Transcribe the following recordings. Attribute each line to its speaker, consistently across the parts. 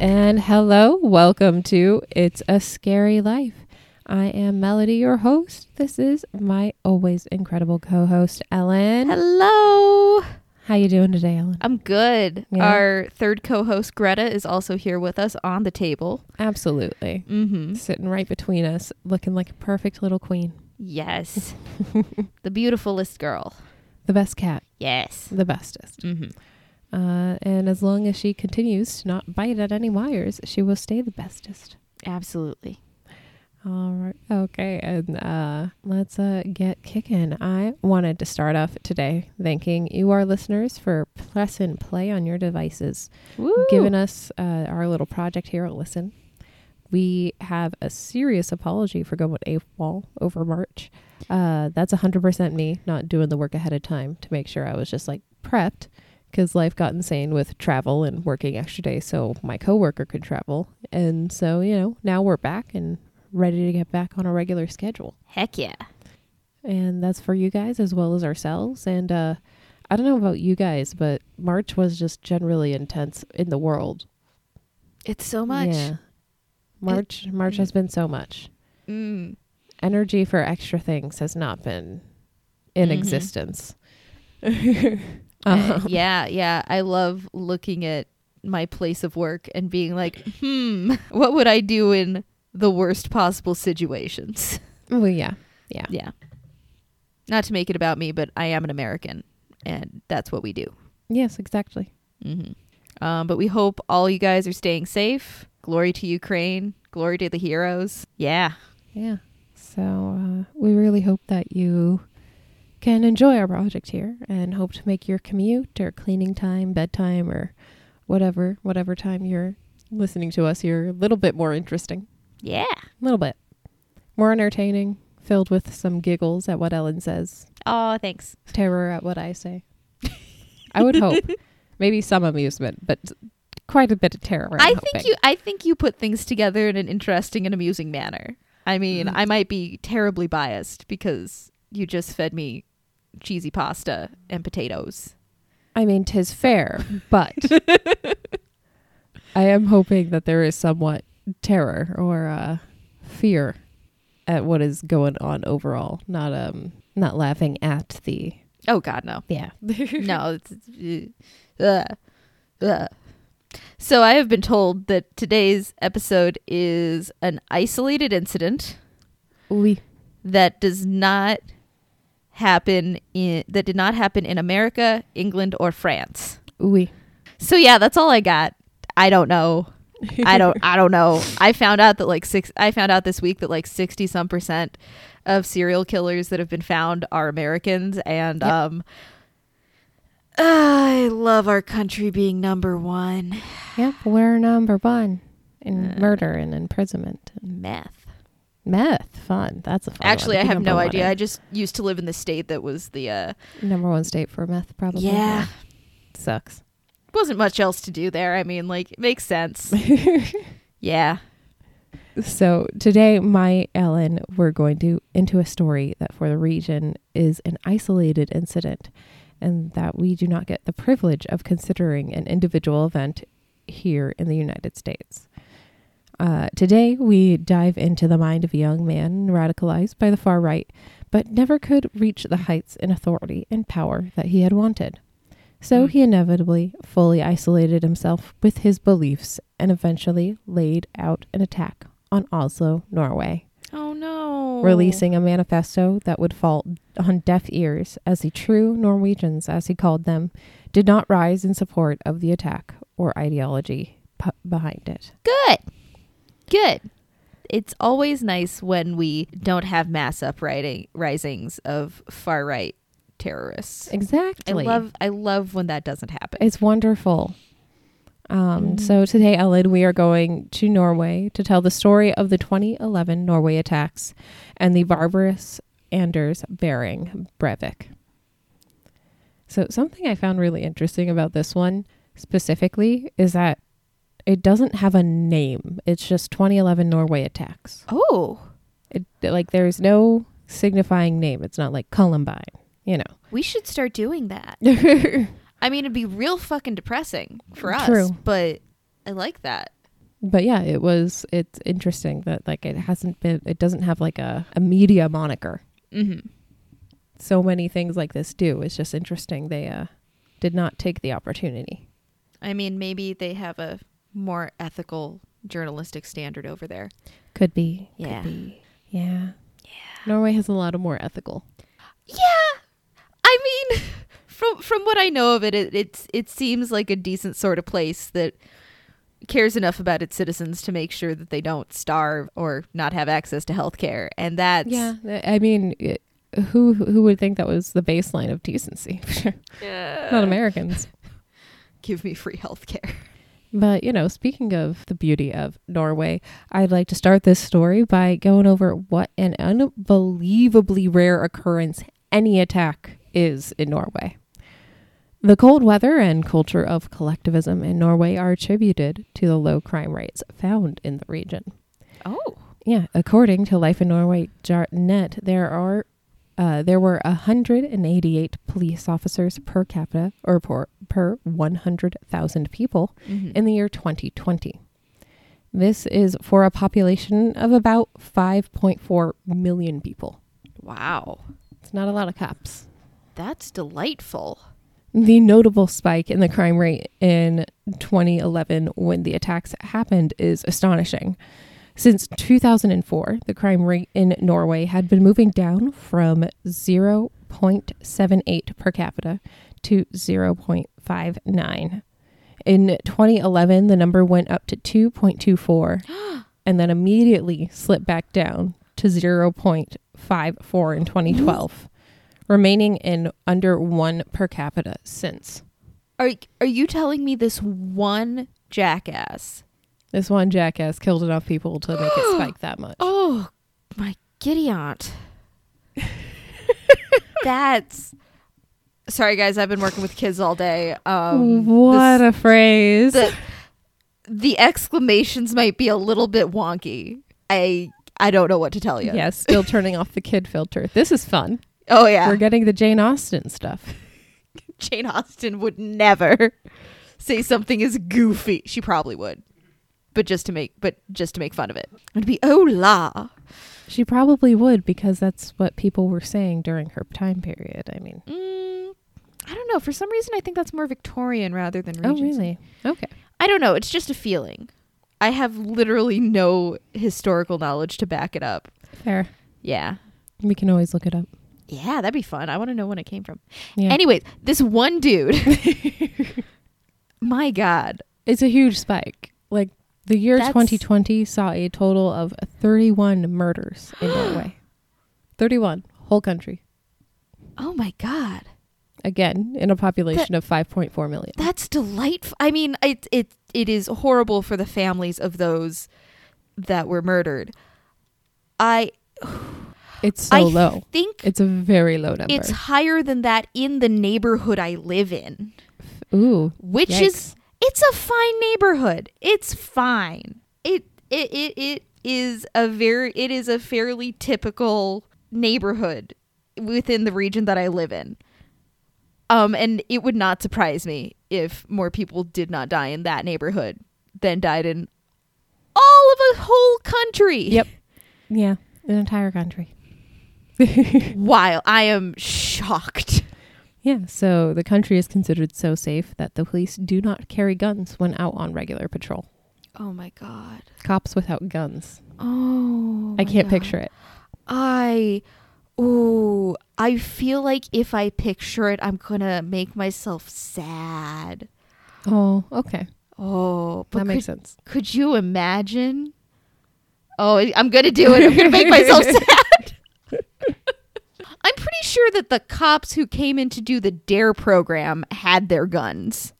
Speaker 1: and hello. Welcome to It's a Scary Life. I am Melody, your host. This is my always incredible co-host, Ellen.
Speaker 2: Hello.
Speaker 1: How you doing today, Ellen?
Speaker 2: I'm good.
Speaker 1: Yeah.
Speaker 2: Our third co-host Greta is also here with us on the table.
Speaker 1: Absolutely.
Speaker 2: Mm-hmm.
Speaker 1: Sitting right between us, looking like a perfect little queen.
Speaker 2: Yes. the beautifulest girl.
Speaker 1: The best cat,
Speaker 2: Yes.
Speaker 1: the bestest.
Speaker 2: Mm-hmm.
Speaker 1: Uh, and as long as she continues to not bite at any wires, she will stay the bestest.
Speaker 2: Absolutely.
Speaker 1: All right. Okay. And uh, let's uh, get kicking. I wanted to start off today thanking you, our listeners, for press and play on your devices,
Speaker 2: Woo.
Speaker 1: giving us uh, our little project here at Listen. We have a serious apology for going a wall over March. Uh, that's 100% me not doing the work ahead of time to make sure I was just like prepped because life got insane with travel and working extra days so my coworker could travel. And so, you know, now we're back and ready to get back on a regular schedule.
Speaker 2: Heck yeah.
Speaker 1: And that's for you guys as well as ourselves. And uh, I don't know about you guys, but March was just generally intense in the world.
Speaker 2: It's so much.
Speaker 1: Yeah. March March has been so much.
Speaker 2: Mm.
Speaker 1: Energy for extra things has not been in
Speaker 2: Mhm.
Speaker 1: existence. Uh-huh.
Speaker 2: Uh,
Speaker 1: Um,
Speaker 2: yeah, yeah. I love looking at my place of work and being like, "Hmm, what would I do in the worst possible situations?"
Speaker 1: Well, yeah. Yeah.
Speaker 2: Yeah. Not to make it about me, but I am an American, and that's what we do.
Speaker 1: Yes, exactly.
Speaker 2: Mm-hmm. Um, but we hope all you guys are staying safe. Glory to Ukraine. Glory to the heroes. Yeah.
Speaker 1: Yeah. So uh, we really hope that you can enjoy our project here and hope to make your commute or cleaning time, bedtime, or whatever, whatever time you're listening to us here a little bit more interesting.
Speaker 2: Yeah.
Speaker 1: A little bit. More entertaining, filled with some giggles at what Ellen says,
Speaker 2: Oh, thanks.
Speaker 1: terror at what I say. I would hope. Maybe some amusement, but quite a bit of terror. I'm
Speaker 2: I think
Speaker 1: hoping.
Speaker 2: you. I think you put things together in an interesting and amusing manner. I mean, I might be terribly biased because you just fed me cheesy pasta and potatoes.
Speaker 1: I mean, 'tis fair, but I am hoping that there is somewhat terror or uh, fear at what is going on overall. Not um, not laughing at the
Speaker 2: Oh God, no.
Speaker 1: yeah.
Speaker 2: no, it's, it's uh, uh, uh. so I have been told that today's episode is an isolated incident
Speaker 1: We
Speaker 2: that does not happen in that did not happen in America, England, or France.
Speaker 1: we
Speaker 2: So yeah, that's all I got. I don't know. I don't I don't know. I found out that like six I found out this week that like 60 some percent of serial killers that have been found are Americans and
Speaker 1: Yep.
Speaker 2: um I love our country being number 1.
Speaker 1: yep. We're number one in murder and imprisonment.
Speaker 2: Meth.
Speaker 1: Meth, fun. That's a fun
Speaker 2: Actually, I
Speaker 1: one.
Speaker 2: have
Speaker 1: Number
Speaker 2: no
Speaker 1: one
Speaker 2: idea.
Speaker 1: in-
Speaker 2: I just used to live in the state that was the uh
Speaker 1: number one state for meth, probably.
Speaker 2: yeah,
Speaker 1: sucks.
Speaker 2: wasn't much else to do there. I mean, like it makes sense. yeah.
Speaker 1: So today, my Ellen, we're going to into a story that for the region is an isolated incident, and that we do not get the privilege of considering an individual event here in the United States. Uh, today, we dive into the mind of a young man radicalized by the far right, but never could reach the heights in authority and power that he had wanted. So
Speaker 2: Mm.
Speaker 1: he inevitably fully isolated himself with his beliefs and eventually laid out an attack on Oslo, Norway,
Speaker 2: Oh no.
Speaker 1: releasing a manifesto that would fall on deaf ears as the true Norwegians, as he called them, did not rise in support of the attack or ideology p- behind it.
Speaker 2: Good. Good. It's always nice when we don't have mass uprising risings of far right terrorists. I
Speaker 1: Exactly.
Speaker 2: love I love when that doesn't happen.
Speaker 1: It's wonderful. Um, So today, Ellen, we are going to Norway to tell the story of the 2011 Norway attacks and the barbarous Anders Bering Breivik. So something I found really interesting about this one specifically is that it doesn't have a name. It's just 2011 Norway attacks.
Speaker 2: Oh,
Speaker 1: It like there's no signifying name. It's not like Columbine, you know.
Speaker 2: we should start doing that. I mean, it'd be real fucking depressing for us,
Speaker 1: True.
Speaker 2: but I like that.
Speaker 1: but yeah, it was. It's interesting that like it hasn't been. It doesn't have like a, a media moniker.
Speaker 2: Mm-hmm.
Speaker 1: So many things like this do. It's just interesting. They uh, did not take the opportunity.
Speaker 2: I mean, maybe they have a more ethical journalistic standard over there.
Speaker 1: Could be.
Speaker 2: Yeah.
Speaker 1: Could be. Yeah.
Speaker 2: Yeah.
Speaker 1: Norway has a lot of more ethical.
Speaker 2: Yeah. I mean, from from what I know of it, it it's it seems like a decent sort of place that cares enough about its citizens to make sure that they don't starve or not have access to health care. And that's
Speaker 1: Yeah. I mean, it, who who would think that was the baseline of decency?
Speaker 2: Uh,
Speaker 1: not Americans.
Speaker 2: give me free health care.
Speaker 1: But, you know, speaking of the beauty of Norway, I'd like to start this story by going over what an unbelievably rare occurrence any attack is in Norway. The cold weather and culture of collectivism in Norway are attributed to the low crime rates found in the region.
Speaker 2: Oh.
Speaker 1: Yeah, according to lifeinnorway.net, there are uh, there were 188 police officers per capita or per, per 100,000 people
Speaker 2: Mm-hmm.
Speaker 1: in the year 2020. This is for a population of about 5.4 million people.
Speaker 2: wow.
Speaker 1: It's not a lot of cops.
Speaker 2: That's delightful.
Speaker 1: The notable spike in the crime rate in 2011 when the attacks happened is astonishing. Since 2004, the crime rate in Norway had been moving down from 0.78 per capita to 0.59. In 2011, the number went up to 2.24 and then immediately slipped back down to 0.54 in 2012, remaining in under 1 per capita since.
Speaker 2: Are are you telling me this one jackass?
Speaker 1: This one jackass killed enough people to make it spike that much.
Speaker 2: Oh, my giddy aunt. That's sorry, guys. I've been working with kids all day. Um,
Speaker 1: what
Speaker 2: this-
Speaker 1: a phrase.
Speaker 2: the, the exclamations might be a little bit wonky. I I don't know what to tell you.
Speaker 1: Yeah, still turning off the kid filter. This is fun.
Speaker 2: Oh yeah.
Speaker 1: We're getting the Jane Austen stuff.
Speaker 2: Jane Austen would never say something as goofy. She probably would, but just to make but just to make fun of it, it'd be oh la.
Speaker 1: She probably would because that's what people were saying during her time period. I mean,
Speaker 2: Mm, I don't know. For some reason, I think that's more Victorian rather than
Speaker 1: oh
Speaker 2: Regency.
Speaker 1: really? Okay.
Speaker 2: I don't know. It's just a feeling. I have literally no historical knowledge to back it up.
Speaker 1: Fair.
Speaker 2: Yeah.
Speaker 1: We can always look it up.
Speaker 2: Yeah, that'd be fun. I want to know when it came from.
Speaker 1: Yeah.
Speaker 2: Anyways, this one dude. My God.
Speaker 1: it's a huge spike. Like the year
Speaker 2: That's-
Speaker 1: 2020 saw a total of 31 murders in Norway. 31 whole country.
Speaker 2: Oh my God.
Speaker 1: Again, in a population of 5.4 million.
Speaker 2: That's delightful. I mean, it it it is horrible for the families of those that were murdered. I
Speaker 1: It's so
Speaker 2: I
Speaker 1: low.
Speaker 2: think
Speaker 1: It's a very low number.
Speaker 2: it's higher than that in the neighborhood I live in,
Speaker 1: Ooh.
Speaker 2: which
Speaker 1: Yikes.
Speaker 2: is it's a fine neighborhood. It's fine. It it it, it is a very it is a fairly typical neighborhood within the region that I live in. Um and it would not surprise me if more people did not die in that neighborhood than died in all of a whole country.
Speaker 1: Yep. Yeah. An entire country.
Speaker 2: While I am shocked.
Speaker 1: Yeah, so the country is considered so safe that the police do not carry guns when out on regular patrol.
Speaker 2: Oh my god.
Speaker 1: Cops without guns.
Speaker 2: Oh.
Speaker 1: I
Speaker 2: my
Speaker 1: can't
Speaker 2: God.
Speaker 1: picture it.
Speaker 2: I ooh, I feel like if I picture it, I'm gonna make myself sad.
Speaker 1: Oh, okay.
Speaker 2: Oh, but
Speaker 1: that
Speaker 2: could,
Speaker 1: makes sense.
Speaker 2: could you imagine? Oh, I- I'm gonna do it. I'm gonna make myself sad. I'm pretty sure that the cops who came in to do the Dare program had their guns.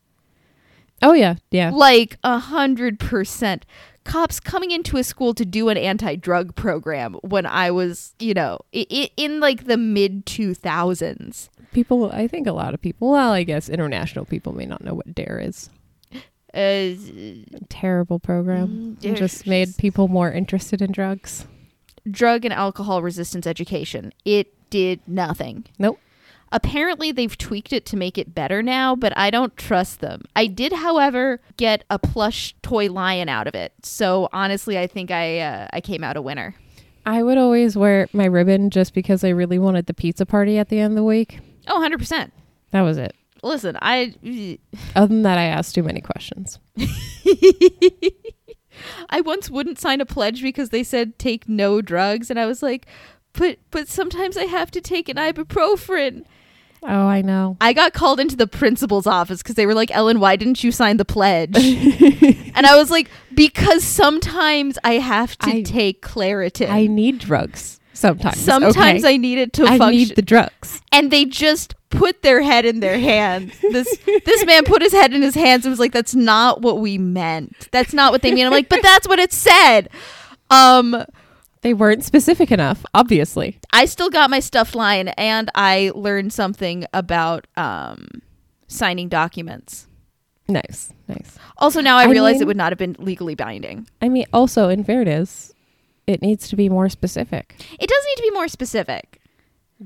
Speaker 1: Oh, yeah. Yeah.
Speaker 2: Like a hundred percent. Cops coming into a school to do an anti-drug program when I was, you know, i i in like the mid two thousands.
Speaker 1: People, I think a lot of people, well, I guess international people may not know what DARE is.
Speaker 2: Uh,
Speaker 1: terrible program.
Speaker 2: Mm,
Speaker 1: It just
Speaker 2: DARE.
Speaker 1: made people more interested in drugs.
Speaker 2: drug and alcohol resistance education. It did nothing.
Speaker 1: Nope.
Speaker 2: Apparently, they've tweaked it to make it better now, but I don't trust them. I did, however, get a plush toy lion out of it. So honestly, I think I uh, I came out a winner.
Speaker 1: I would always wear my ribbon just because I really wanted the pizza party at the end of the week.
Speaker 2: Oh, 100%.
Speaker 1: That was it.
Speaker 2: Listen, I
Speaker 1: Other than that, I asked too many questions.
Speaker 2: I once wouldn't sign a pledge because they said take no drugs and I was like, "But but sometimes I have to take an ibuprofen."
Speaker 1: Oh, I know.
Speaker 2: I got called into the principal's office because they were like, Ellen, why didn't you sign the pledge? and I was like, because sometimes I have to
Speaker 1: I-
Speaker 2: take Claritin.
Speaker 1: I need drugs sometimes.
Speaker 2: sometimes
Speaker 1: okay?
Speaker 2: I need it to
Speaker 1: I
Speaker 2: function.
Speaker 1: need the drugs.
Speaker 2: and they just put their head in their hands. This this man put his head in his hands and was like, "That's not what we meant. That's not what they mean." I'm like, "But that's what it said." Um,
Speaker 1: They weren't specific enough, obviously.
Speaker 2: I still got my stuffed lion, and I learned something about um signing documents.
Speaker 1: Nice, nice.
Speaker 2: Also, now I,
Speaker 1: I
Speaker 2: realize
Speaker 1: mean-
Speaker 2: it would not have been legally binding.
Speaker 1: I mean, also in fairness, it needs to be more specific.
Speaker 2: It does need to be more specific.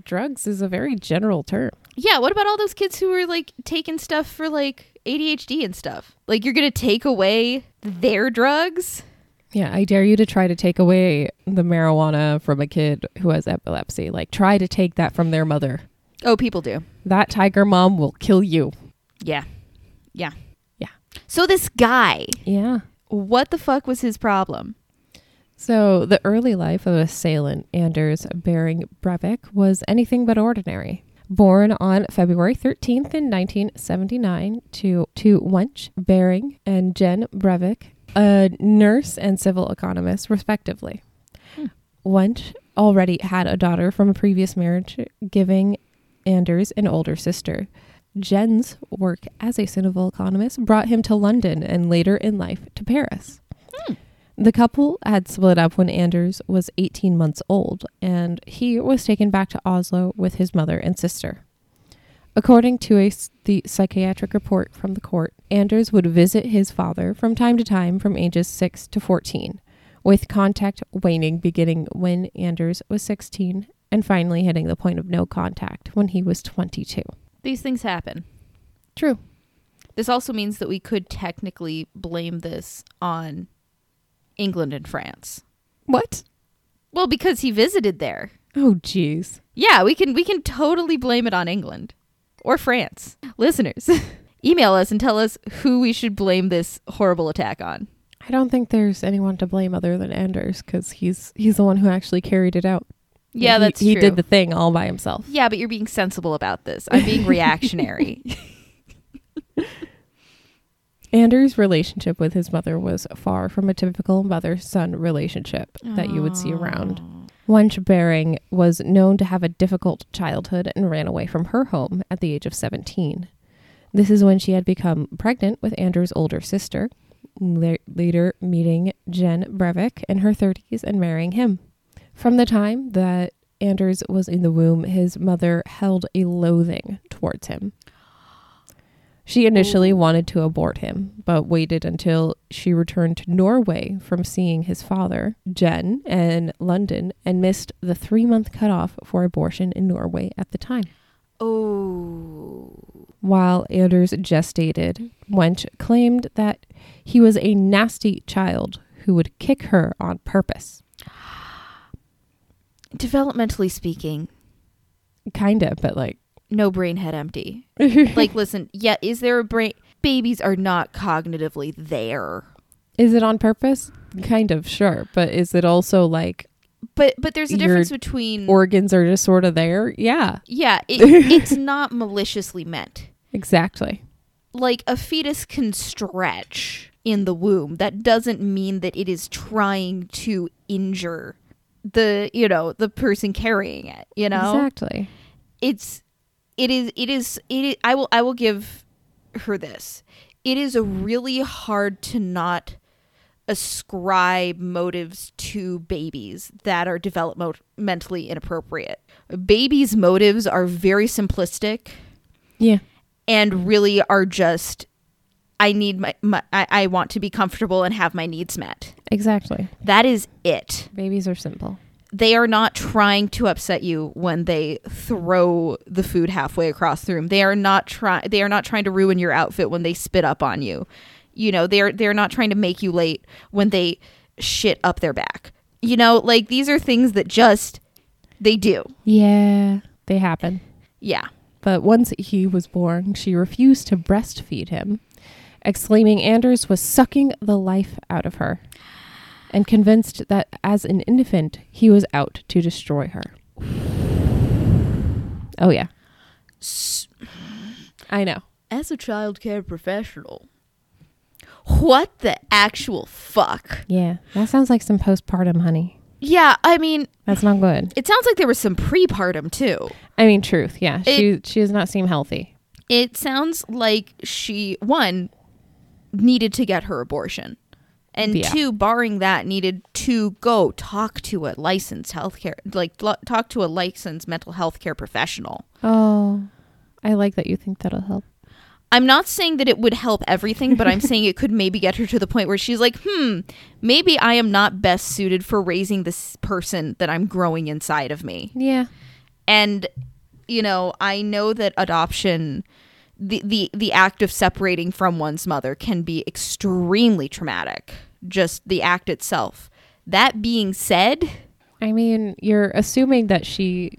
Speaker 1: Drugs is a very general term.
Speaker 2: Yeah, what about all those kids who were like taking stuff for like ADHD and stuff? Like you're going to take away their drugs?
Speaker 1: Yeah, I dare you to try to take away the marijuana from a kid who has epilepsy. Like, try to take that from their mother.
Speaker 2: Oh, people do.
Speaker 1: That tiger mom will kill you.
Speaker 2: Yeah. Yeah.
Speaker 1: Yeah.
Speaker 2: So this guy,
Speaker 1: Yeah.
Speaker 2: what the fuck was his problem?
Speaker 1: So, the early life of assailant Anders Bering Breivik was anything but ordinary. Born on February 13th in 1979 to, to Wench Bering and Jen Breivik, a nurse and civil economist, respectively.
Speaker 2: Hmm.
Speaker 1: Wench already had a daughter from a previous marriage, giving Anders an older sister. Jen's work as a civil economist brought him to London and later in life to Paris. The couple had split up when Anders was 18 months old, and he was taken back to Oslo with his mother and sister. According to a, s- the psychiatric report from the court, Anders would visit his father from time to time from ages 6 to 14, with contact waning beginning when Anders was 16 and finally hitting the point of no contact when he was 22.
Speaker 2: These things happen.
Speaker 1: True.
Speaker 2: This also means that we could technically blame this on England and France.
Speaker 1: What?
Speaker 2: Well, because he visited there.
Speaker 1: Oh, jeez.
Speaker 2: Yeah, we can we can totally blame it on England or France. Listeners, email us and tell us who we should blame this horrible attack on.
Speaker 1: I don't think there's anyone to blame other than Anders because he's he's the one who actually carried it out.
Speaker 2: Yeah,
Speaker 1: he,
Speaker 2: that's
Speaker 1: he
Speaker 2: true.
Speaker 1: did the thing all by himself.
Speaker 2: Yeah, but you're being sensible about this. I'm being reactionary.
Speaker 1: Anders' relationship with his mother was far from a typical mother-son relationship that you would see around. Wench Bering was known to have a difficult childhood and ran away from her home at the age of 17. This is when she had become pregnant with Anders' older sister, la- later meeting Jen Breivik in her 30s and marrying him. From the time that Anders was in the womb, his mother held a loathing towards him. She initially
Speaker 2: Oh.
Speaker 1: wanted to abort him, but waited until she returned to Norway from seeing his father, Jen, in London, and missed the three month cutoff for abortion in Norway at the time.
Speaker 2: Oh.
Speaker 1: While Anders gestated, Wench claimed that he was a nasty child who would kick her on purpose.
Speaker 2: Developmentally speaking,
Speaker 1: Kinda, but like,
Speaker 2: no brain head empty. like listen, yeah, is there a brain babies are not cognitively there.
Speaker 1: is it on purpose? Kind of, sure. But is it also like
Speaker 2: But but there's a
Speaker 1: You're-
Speaker 2: difference between
Speaker 1: organs are just sort of there? Yeah,
Speaker 2: yeah, it, it's not maliciously meant.
Speaker 1: exactly.
Speaker 2: like a fetus can stretch in the womb that doesn't mean that it is trying to injure the you know the person carrying it you know
Speaker 1: Exactly.
Speaker 2: it's it is it is it is, i will i will give her this it is really hard to not ascribe motives to babies that are developmentally inappropriate babies motives are very simplistic
Speaker 1: Yeah.
Speaker 2: and really are just i need my, my I, I want to be comfortable and have my needs met
Speaker 1: Exactly.
Speaker 2: that is it
Speaker 1: Babies are simple.
Speaker 2: they are not trying to upset you when they throw the food halfway across the room. They are not trying they are not trying to ruin your outfit when they spit up on you. You know, they're they're not trying to make you late when they shit up their back. You know, like these are things that just they do.
Speaker 1: Yeah, they happen.
Speaker 2: Yeah.
Speaker 1: But once he was born, she refused to breastfeed him, exclaiming Anders was sucking the life out of her and convinced that as an infant, he was out to destroy her. Oh, yeah. I know.
Speaker 2: As a child care professional, what the actual fuck?
Speaker 1: Yeah. That sounds like some postpartum, honey.
Speaker 2: Yeah, I mean,
Speaker 1: That's not good.
Speaker 2: it sounds like there was some prepartum too.
Speaker 1: I mean, truth. Yeah. She, she does not seem healthy.
Speaker 2: It sounds like she one needed to get her abortion. And
Speaker 1: Yeah.
Speaker 2: two, barring that, needed to go talk to a licensed healthcare, like lo- talk to a licensed mental health care professional.
Speaker 1: Oh, I like that you think that'll help.
Speaker 2: I'm not saying that it would help everything, but I'm saying it could maybe get her to the point where she's like, hmm, maybe I am not best suited for raising this person that I'm growing inside of me.
Speaker 1: Yeah.
Speaker 2: and you know i know that adoption the, the the act of separating from one's mother can be extremely traumatic just the act itself that being said
Speaker 1: I mean, you're assuming that she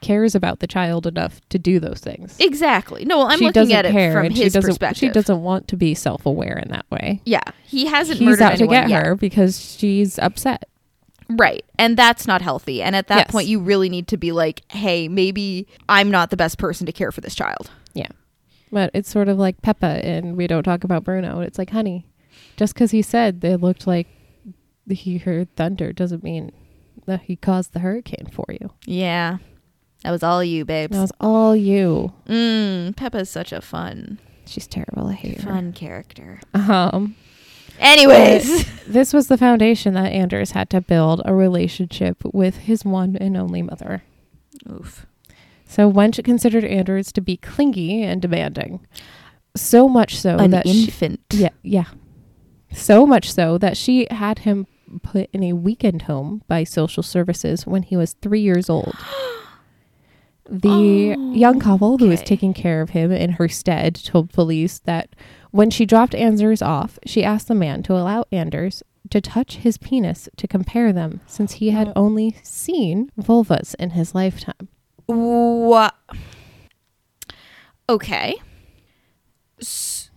Speaker 1: cares about the child enough to do those things.
Speaker 2: exactly no well, i'm
Speaker 1: she
Speaker 2: looking
Speaker 1: doesn't
Speaker 2: at it
Speaker 1: care,
Speaker 2: from
Speaker 1: and she
Speaker 2: his
Speaker 1: doesn't,
Speaker 2: perspective
Speaker 1: She doesn't want to be self-aware in that way.
Speaker 2: yeah he hasn't
Speaker 1: He's
Speaker 2: murdered
Speaker 1: out to
Speaker 2: anyone
Speaker 1: get
Speaker 2: yet.
Speaker 1: her because she's upset.
Speaker 2: right and that's not healthy and at that
Speaker 1: Yes.
Speaker 2: point you really need to be like hey maybe i'm not the best person to care for this child
Speaker 1: Yeah, but it's sort of like Peppa, and we don't talk about Bruno. It's like, honey, just because he said they looked like he heard thunder doesn't mean that he caused the hurricane for you.
Speaker 2: yeah that was all you babes
Speaker 1: That was all you.
Speaker 2: mm, peppa's such a fun
Speaker 1: She's terrible. I hate her.
Speaker 2: fun character
Speaker 1: Um,
Speaker 2: Anyways,
Speaker 1: this was the foundation that Anders had to build a relationship with his one and only mother.
Speaker 2: oof.
Speaker 1: So Wench considered Anders to be clingy and demanding. So much so that she,
Speaker 2: infant.
Speaker 1: yeah, yeah. So much so that she had him put in a weekend home by social services when he was 3 years old. The young couple who was
Speaker 2: okay.
Speaker 1: taking care of him in her stead told police that when she dropped Anders off, she asked the man to allow Anders to touch his penis to compare them since he had only seen vulvas in his lifetime.
Speaker 2: What? Okay. S-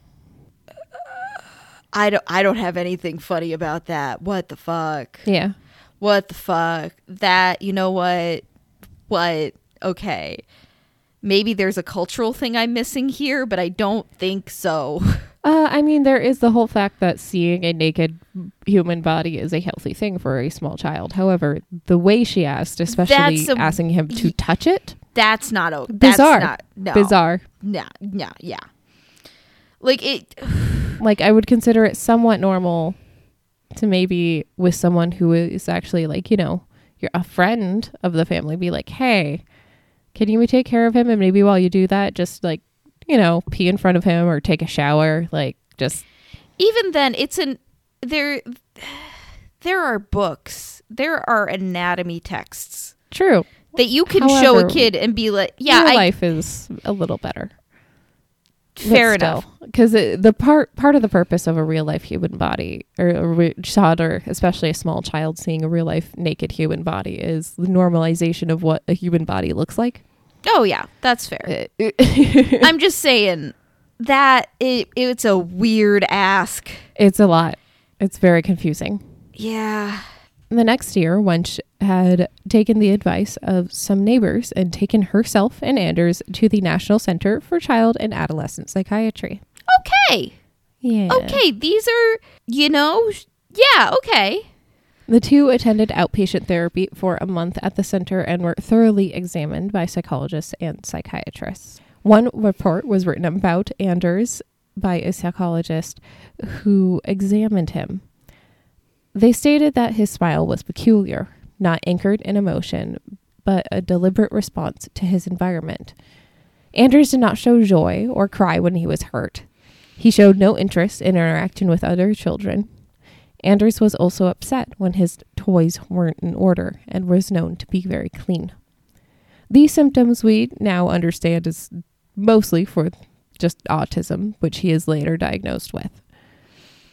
Speaker 2: uh, I don't. I don't have anything funny about that. What the fuck?
Speaker 1: Yeah.
Speaker 2: What the fuck? That you know what? What? Okay. Maybe there's a cultural thing I'm missing here, but I don't think so.
Speaker 1: Uh, I mean, there is the whole fact that seeing a naked human body is a healthy thing for a small child. However, the way she asked, especially
Speaker 2: That's a-
Speaker 1: asking him to touch it,
Speaker 2: That's not okay.
Speaker 1: bizarre,
Speaker 2: That's not, no.
Speaker 1: bizarre.
Speaker 2: No. No. Yeah. Like it.
Speaker 1: Like I would consider it somewhat normal to maybe with someone who is actually like you know you're a friend of the family, be like, hey, can you take care of him? And maybe while you do that, just like you know, pee in front of him or take a shower, like just
Speaker 2: even then it's an there there are books there are anatomy texts
Speaker 1: true.
Speaker 2: that you can show a
Speaker 1: However,
Speaker 2: kid and be like yeah
Speaker 1: Your
Speaker 2: I,
Speaker 1: life is a little better.
Speaker 2: fair enough
Speaker 1: because the part part of the purpose of a real life human body or a re- child or especially a small child seeing a real life naked human body is the normalization of what a human body looks like
Speaker 2: oh yeah that's fair
Speaker 1: Uh, it's
Speaker 2: i'm just saying that it, it's a weird ask
Speaker 1: a lot it's very confusing
Speaker 2: yeah
Speaker 1: the next year wench had taken the advice of some neighbors and taken herself and anders to the national center for child and adolescent psychiatry
Speaker 2: okay
Speaker 1: yeah
Speaker 2: okay these are you know yeah okay
Speaker 1: The two attended outpatient therapy for a month at the center and were thoroughly examined by psychologists and psychiatrists. One report was written about Anders by a psychologist who examined him. They stated that his smile was peculiar, not anchored in emotion, but a deliberate response to his environment. Anders did not show joy or cry when he was hurt. He showed no interest in interaction with other children. Anders was also upset when his tw- toys weren't in order and was known to be very clean. These symptoms we now understand is mostly for just autism, which he is later diagnosed with.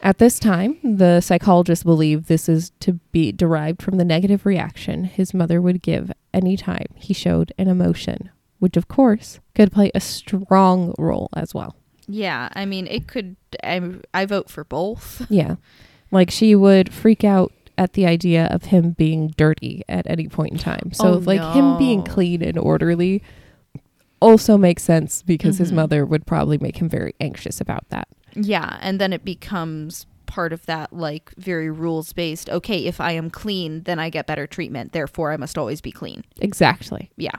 Speaker 1: At this time, the psychologists believe this is to be derived from the negative reaction his mother would give any time he showed an emotion, which of course could play a strong role as well.
Speaker 2: Yeah, I mean, it could. I, I vote for both.
Speaker 1: Yeah. Like she would freak out at the idea of him being dirty at any point in time. So
Speaker 2: Oh,
Speaker 1: like him being
Speaker 2: no.
Speaker 1: clean and orderly also makes sense because his
Speaker 2: Mhm.
Speaker 1: mother would probably make him very anxious about that.
Speaker 2: Yeah, and then it becomes part of that like very rules based. Okay, if I am clean, then I get better treatment. Therefore, I must always be clean.
Speaker 1: Exactly.
Speaker 2: Yeah.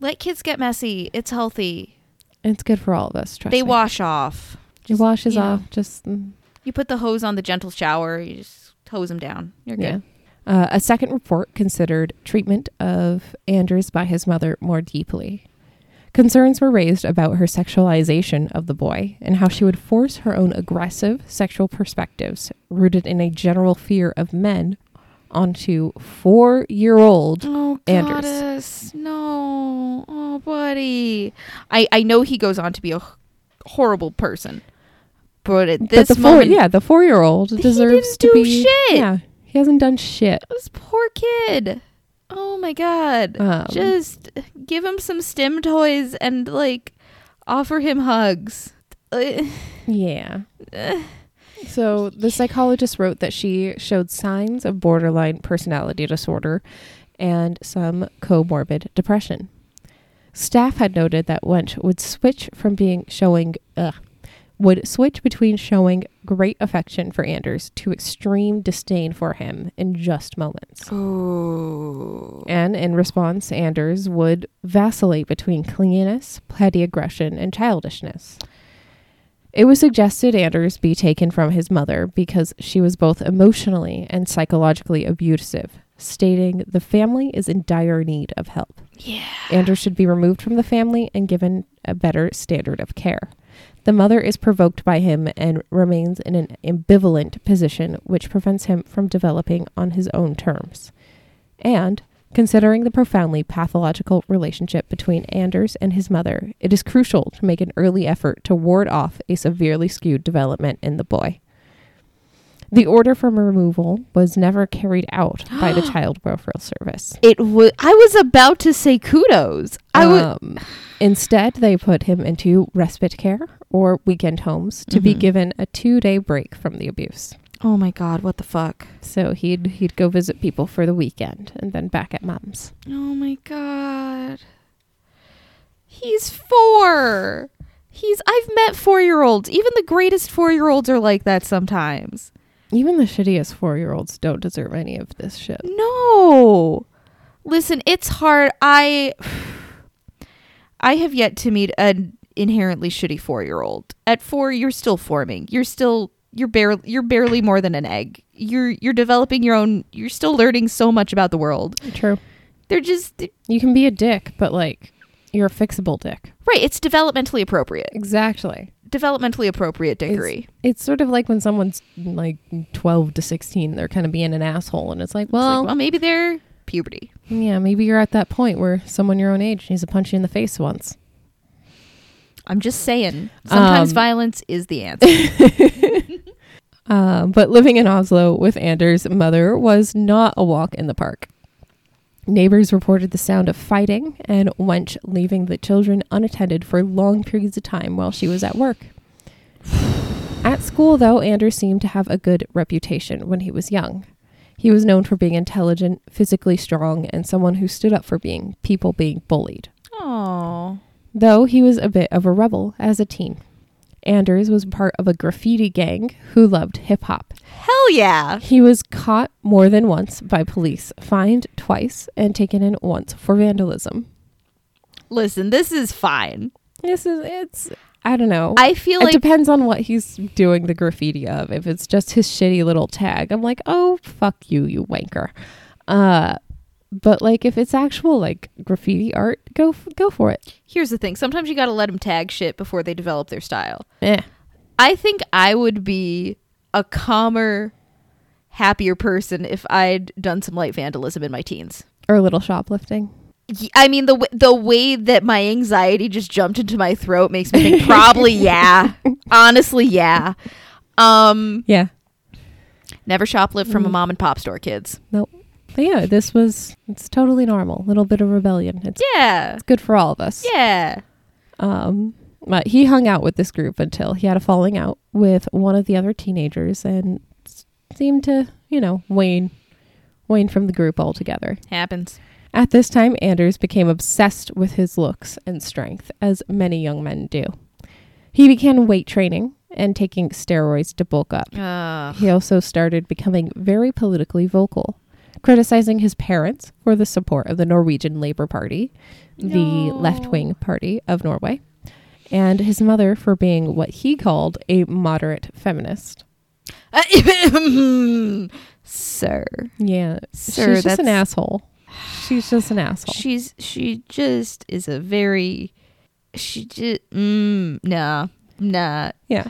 Speaker 2: Let kids get messy. It's healthy.
Speaker 1: It's good for all of us, trust
Speaker 2: they
Speaker 1: me.
Speaker 2: wash off.
Speaker 1: it washes
Speaker 2: you know.
Speaker 1: off just mm,
Speaker 2: You put the hose on the gentle shower. You just hose them down. You're
Speaker 1: Yeah.
Speaker 2: good.
Speaker 1: Uh, a second report considered treatment of Andrews by his mother more deeply. Concerns were raised about her sexualization of the boy and how she would force her own aggressive sexual perspectives, rooted in a general fear of men, onto four year old.
Speaker 2: Oh,
Speaker 1: Anders.
Speaker 2: goddess. No. Oh, buddy. I, I know he goes on to be a h- horrible person. But at
Speaker 1: But
Speaker 2: this
Speaker 1: the four,
Speaker 2: moment,
Speaker 1: yeah, the four year old
Speaker 2: He
Speaker 1: deserves
Speaker 2: didn't
Speaker 1: to
Speaker 2: do
Speaker 1: be.
Speaker 2: shit.
Speaker 1: Yeah, he hasn't done shit.
Speaker 2: this poor kid. Oh my god.
Speaker 1: Um,
Speaker 2: Just give him some stim toys and like offer him hugs. Uh,
Speaker 1: Yeah. So the psychologist wrote that she showed signs of borderline personality disorder and some comorbid depression. Staff had noted that Wench would switch from being showing ugh, would switch between showing great affection for Anders to extreme disdain for him in just moments. And in response, Anders would vacillate between clinginess, petty aggression, and childishness. It was suggested Anders be taken from his mother because she was both emotionally and psychologically abusive, stating the family is in dire need of help.
Speaker 2: Yeah.
Speaker 1: Anders should be removed from the family and given a better standard of care. The mother is provoked by him and remains in an ambivalent position, which prevents him from developing on his own terms. And, considering the profoundly pathological relationship between Anders and his mother, it is crucial to make an early effort to ward off a severely skewed development in the boy. The order for removal was never carried out by the Child Welfare Service.
Speaker 2: It was I was about to say kudos. I would
Speaker 1: Um, instead, they put him into respite care or weekend homes to be
Speaker 2: Mhm.
Speaker 1: given a two-day break from the abuse.
Speaker 2: Oh my god, what the fuck?
Speaker 1: So he'd he'd go visit people for the weekend and then back at mom's.
Speaker 2: Oh my god. He's four. He's I've met four year olds. Even the greatest four year olds are like that sometimes.
Speaker 1: Even the shittiest four-year-olds don't deserve any of this shit.
Speaker 2: No. Listen, it's hard. I I have yet to meet an inherently shitty 4-year-old. At 4, you're still forming. You're still you're barely you're barely more than an egg. You're you're developing your own you're still learning so much about the world.
Speaker 1: True.
Speaker 2: They're just
Speaker 1: You can be a dick, but like you're a fixable dick.
Speaker 2: right, it's developmentally appropriate.
Speaker 1: Exactly.
Speaker 2: Developmentally appropriate dickery.
Speaker 1: It's sort of like when someone's like 12 to 16, they're kind of being an asshole, and it's like,
Speaker 2: It's like,
Speaker 1: well,
Speaker 2: well, maybe they're puberty.
Speaker 1: yeah, maybe you're at that point where someone your own age needs to punch you in the face once.
Speaker 2: I'm just saying. Sometimes
Speaker 1: Um,
Speaker 2: violence is the answer.
Speaker 1: Um, but living in Oslo with Anders' mother was not a walk in the park. Neighbors reported the sound of fighting and Wench leaving the children unattended for long periods of time while she was at work. At school, though, Anders seemed to have a good reputation when he was young. He was known for being intelligent, physically strong, and someone who stood up for being people being bullied
Speaker 2: Oh.
Speaker 1: though he was a bit of a rebel as a teen. Anders was part of a graffiti gang who loved hip hop.
Speaker 2: Hell yeah.
Speaker 1: He was caught more than once by police, fined twice, and taken in once for vandalism.
Speaker 2: Listen, this is fine.
Speaker 1: This is, it's, I don't know.
Speaker 2: I feel
Speaker 1: it
Speaker 2: like
Speaker 1: depends on what he's doing the graffiti of. If it's just his shitty little tag, I'm like, oh, fuck you, you wanker. Uh, but like if it's actual like graffiti art, go f- go for it.
Speaker 2: here's the thing. Sometimes you got to let them tag shit before they develop their style.
Speaker 1: Eh.
Speaker 2: I think I would be a calmer, happier person if I'd done some light vandalism in my teens.
Speaker 1: Or a little shoplifting.
Speaker 2: Y- I mean the w- the way that my anxiety just jumped into my throat makes me think probably yeah. Honestly, yeah. Um
Speaker 1: Yeah.
Speaker 2: never shoplift
Speaker 1: Mm.
Speaker 2: from a mom and pop store, kids.
Speaker 1: But yeah, this was it's totally normal. Little bit of rebellion. It's
Speaker 2: Yeah.
Speaker 1: good for all of us.
Speaker 2: Yeah.
Speaker 1: Um, but he hung out with this group until he had a falling out with one of the other teenagers and s- seemed to, you know, wane wane from the group altogether.
Speaker 2: Happens.
Speaker 1: At this time, Anders became obsessed with his looks and strength, as many young men do. He began weight training and taking steroids to bulk up.
Speaker 2: Uh,
Speaker 1: He also started becoming very politically vocal, criticizing his parents for the support of the Norwegian Labour Party, the
Speaker 2: No.
Speaker 1: left wing party of Norway, and his mother for being what he called a moderate feminist.
Speaker 2: sir.
Speaker 1: Yeah.
Speaker 2: Sir,
Speaker 1: she's just an
Speaker 2: that's-
Speaker 1: asshole. She's just an asshole.
Speaker 2: She's she just is a very she just mm, nah nah
Speaker 1: Yeah.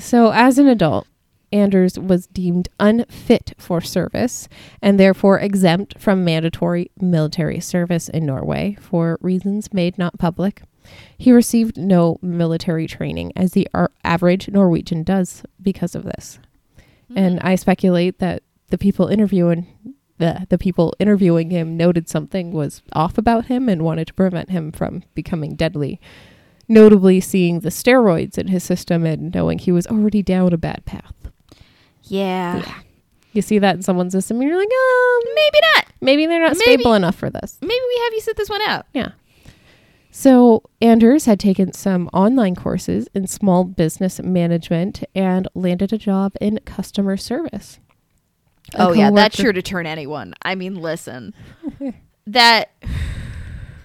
Speaker 1: So, as an adult, Anders was deemed unfit for service and therefore exempt from mandatory military service in Norway for reasons made not public. He received no military training as the ar- average Norwegian does because of this.
Speaker 2: Mm.
Speaker 1: And
Speaker 2: Mm-hmm.
Speaker 1: I speculate that the people interviewing the, the people interviewing him noted something was off about him and wanted to prevent him from becoming deadly notably seeing the steroids in his system and knowing he was already down a bad path.
Speaker 2: yeah.
Speaker 1: You see that in someone's system, and you're like, oh,
Speaker 2: maybe not
Speaker 1: maybe they're not
Speaker 2: Maybe-
Speaker 1: stable enough for this.
Speaker 2: maybe we have you sit this one out
Speaker 1: Yeah. So Anders had taken some online courses in small business management and landed a job in customer service. A
Speaker 2: oh yeah that's
Speaker 1: coworker-
Speaker 2: sure to turn anyone I mean listen that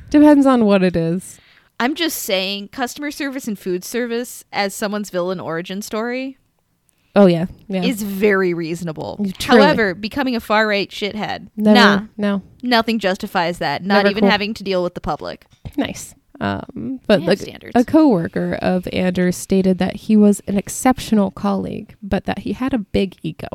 Speaker 1: Depends on what it is.
Speaker 2: I'm just saying customer service and food service as someone's villain origin story
Speaker 1: Oh yeah, yeah.
Speaker 2: is very reasonable
Speaker 1: Truly.
Speaker 2: however becoming a far right shithead
Speaker 1: Never-
Speaker 2: nah
Speaker 1: no,
Speaker 2: nothing justifies that not
Speaker 1: Never
Speaker 2: even
Speaker 1: cool.
Speaker 2: having to deal with the public
Speaker 1: nice. Um, but
Speaker 2: I have
Speaker 1: like,
Speaker 2: standards
Speaker 1: A coworker of Anders stated that he was an exceptional colleague, but that he had a big ego.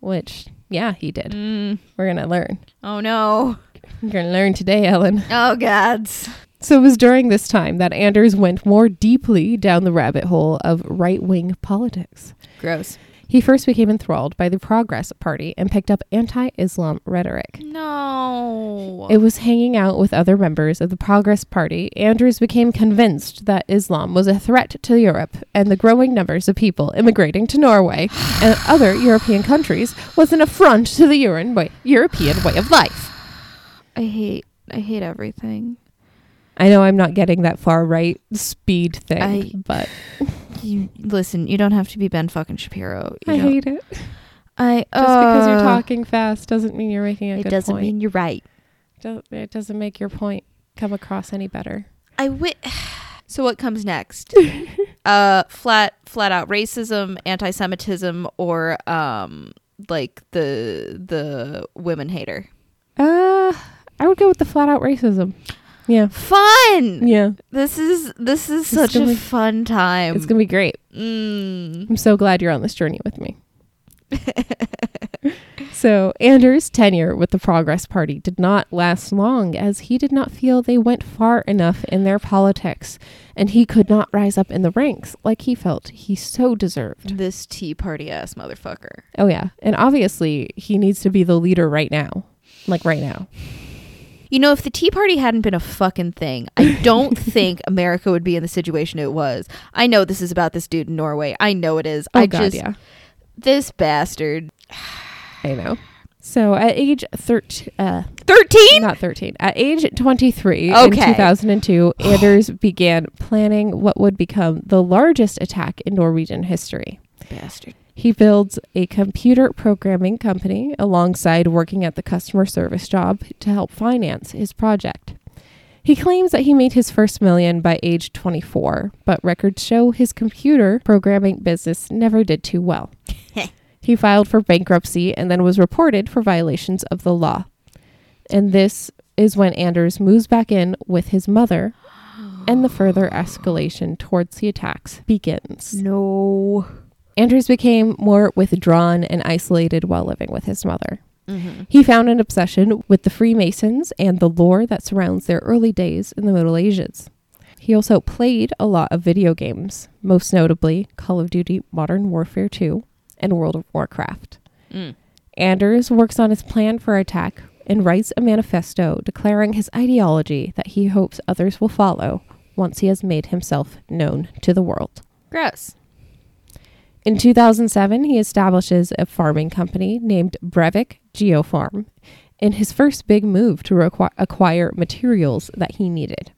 Speaker 1: Which, yeah, he did.
Speaker 2: Mm.
Speaker 1: We're going to learn.
Speaker 2: oh no
Speaker 1: You're going to learn today, Ellen.
Speaker 2: oh gods
Speaker 1: So it was during this time that Anders went more deeply down the rabbit hole of right wing politics.
Speaker 2: Gross.
Speaker 1: He first became enthralled by the Progress Party and picked up anti Islam rhetoric.
Speaker 2: No.
Speaker 1: It was hanging out with other members of the Progress Party. Andrews became convinced that Islam was a threat to Europe, and the growing numbers of people immigrating to Norway and other European countries was an affront to the Euron way, European way of life.
Speaker 2: I hate. I hate everything.
Speaker 1: I know I'm not getting that far right speed thing,
Speaker 2: I-
Speaker 1: but
Speaker 2: You listen. You don't have to be Ben fucking Shapiro. You
Speaker 1: I
Speaker 2: don't-
Speaker 1: hate it. Just
Speaker 2: I
Speaker 1: because you're
Speaker 2: uh,
Speaker 1: talking fast doesn't mean you're making a
Speaker 2: It
Speaker 1: good
Speaker 2: doesn't
Speaker 1: point.
Speaker 2: mean you're right.
Speaker 1: Do- it doesn't make your point come across any better.
Speaker 2: I wi- So what comes next? uh, flat, flat out racism, anti-Semitism, or um, like the the women hater.
Speaker 1: Uh, I would go with the flat out racism. Yeah.
Speaker 2: Fun.
Speaker 1: Yeah.
Speaker 2: This is this is such
Speaker 1: gonna
Speaker 2: a
Speaker 1: be-
Speaker 2: fun time.
Speaker 1: It's going to be great.
Speaker 2: mm.
Speaker 1: I'm so glad you're on this journey with me. so, Anders' tenure with the Progress Party did not last long as he did not feel they went far enough in their politics and he could not rise up in the ranks like he felt he so deserved.
Speaker 2: This Tea Party ass motherfucker.
Speaker 1: Oh, yeah. And obviously, he needs to be the leader right now. Like, right now.
Speaker 2: You know, if the Tea Party hadn't been a fucking thing, I don't think America would be in the situation it was. I know this is about this dude in Norway. I know it is.
Speaker 1: Oh,
Speaker 2: I
Speaker 1: God,
Speaker 2: just
Speaker 1: yeah.
Speaker 2: this bastard.
Speaker 1: I know. So, at age 13, uh,
Speaker 2: Thirteen.
Speaker 1: not 13 at age 23 in
Speaker 2: Okay.
Speaker 1: 2002 anders began planning what would become the largest attack in norwegian history
Speaker 2: Bastard.
Speaker 1: he builds a computer programming company alongside working at the customer service job to help finance his project he claims that he made his first million by age 24 but records show his computer programming business never did too well he filed for bankruptcy and then was reported for violations of the law and this is when Anders moves back in with his mother, and the further escalation towards the attacks begins.
Speaker 2: No.
Speaker 1: Andrews became more withdrawn and isolated while living with his mother.
Speaker 2: Mm-hmm.
Speaker 1: He found an obsession with the Freemasons and the lore that surrounds their early days in the Middle Ages. He also played a lot of video games, most notably Call of Duty Modern Warfare 2 and World of Warcraft.
Speaker 2: Mm.
Speaker 1: Anders works on his plan for attack and writes a manifesto declaring his ideology that he hopes others will follow once he has made himself known to the world.
Speaker 2: Gross.
Speaker 1: In 2007, he establishes a farming company named Brevik Geofarm in his first big move to requ- acquire materials that he needed.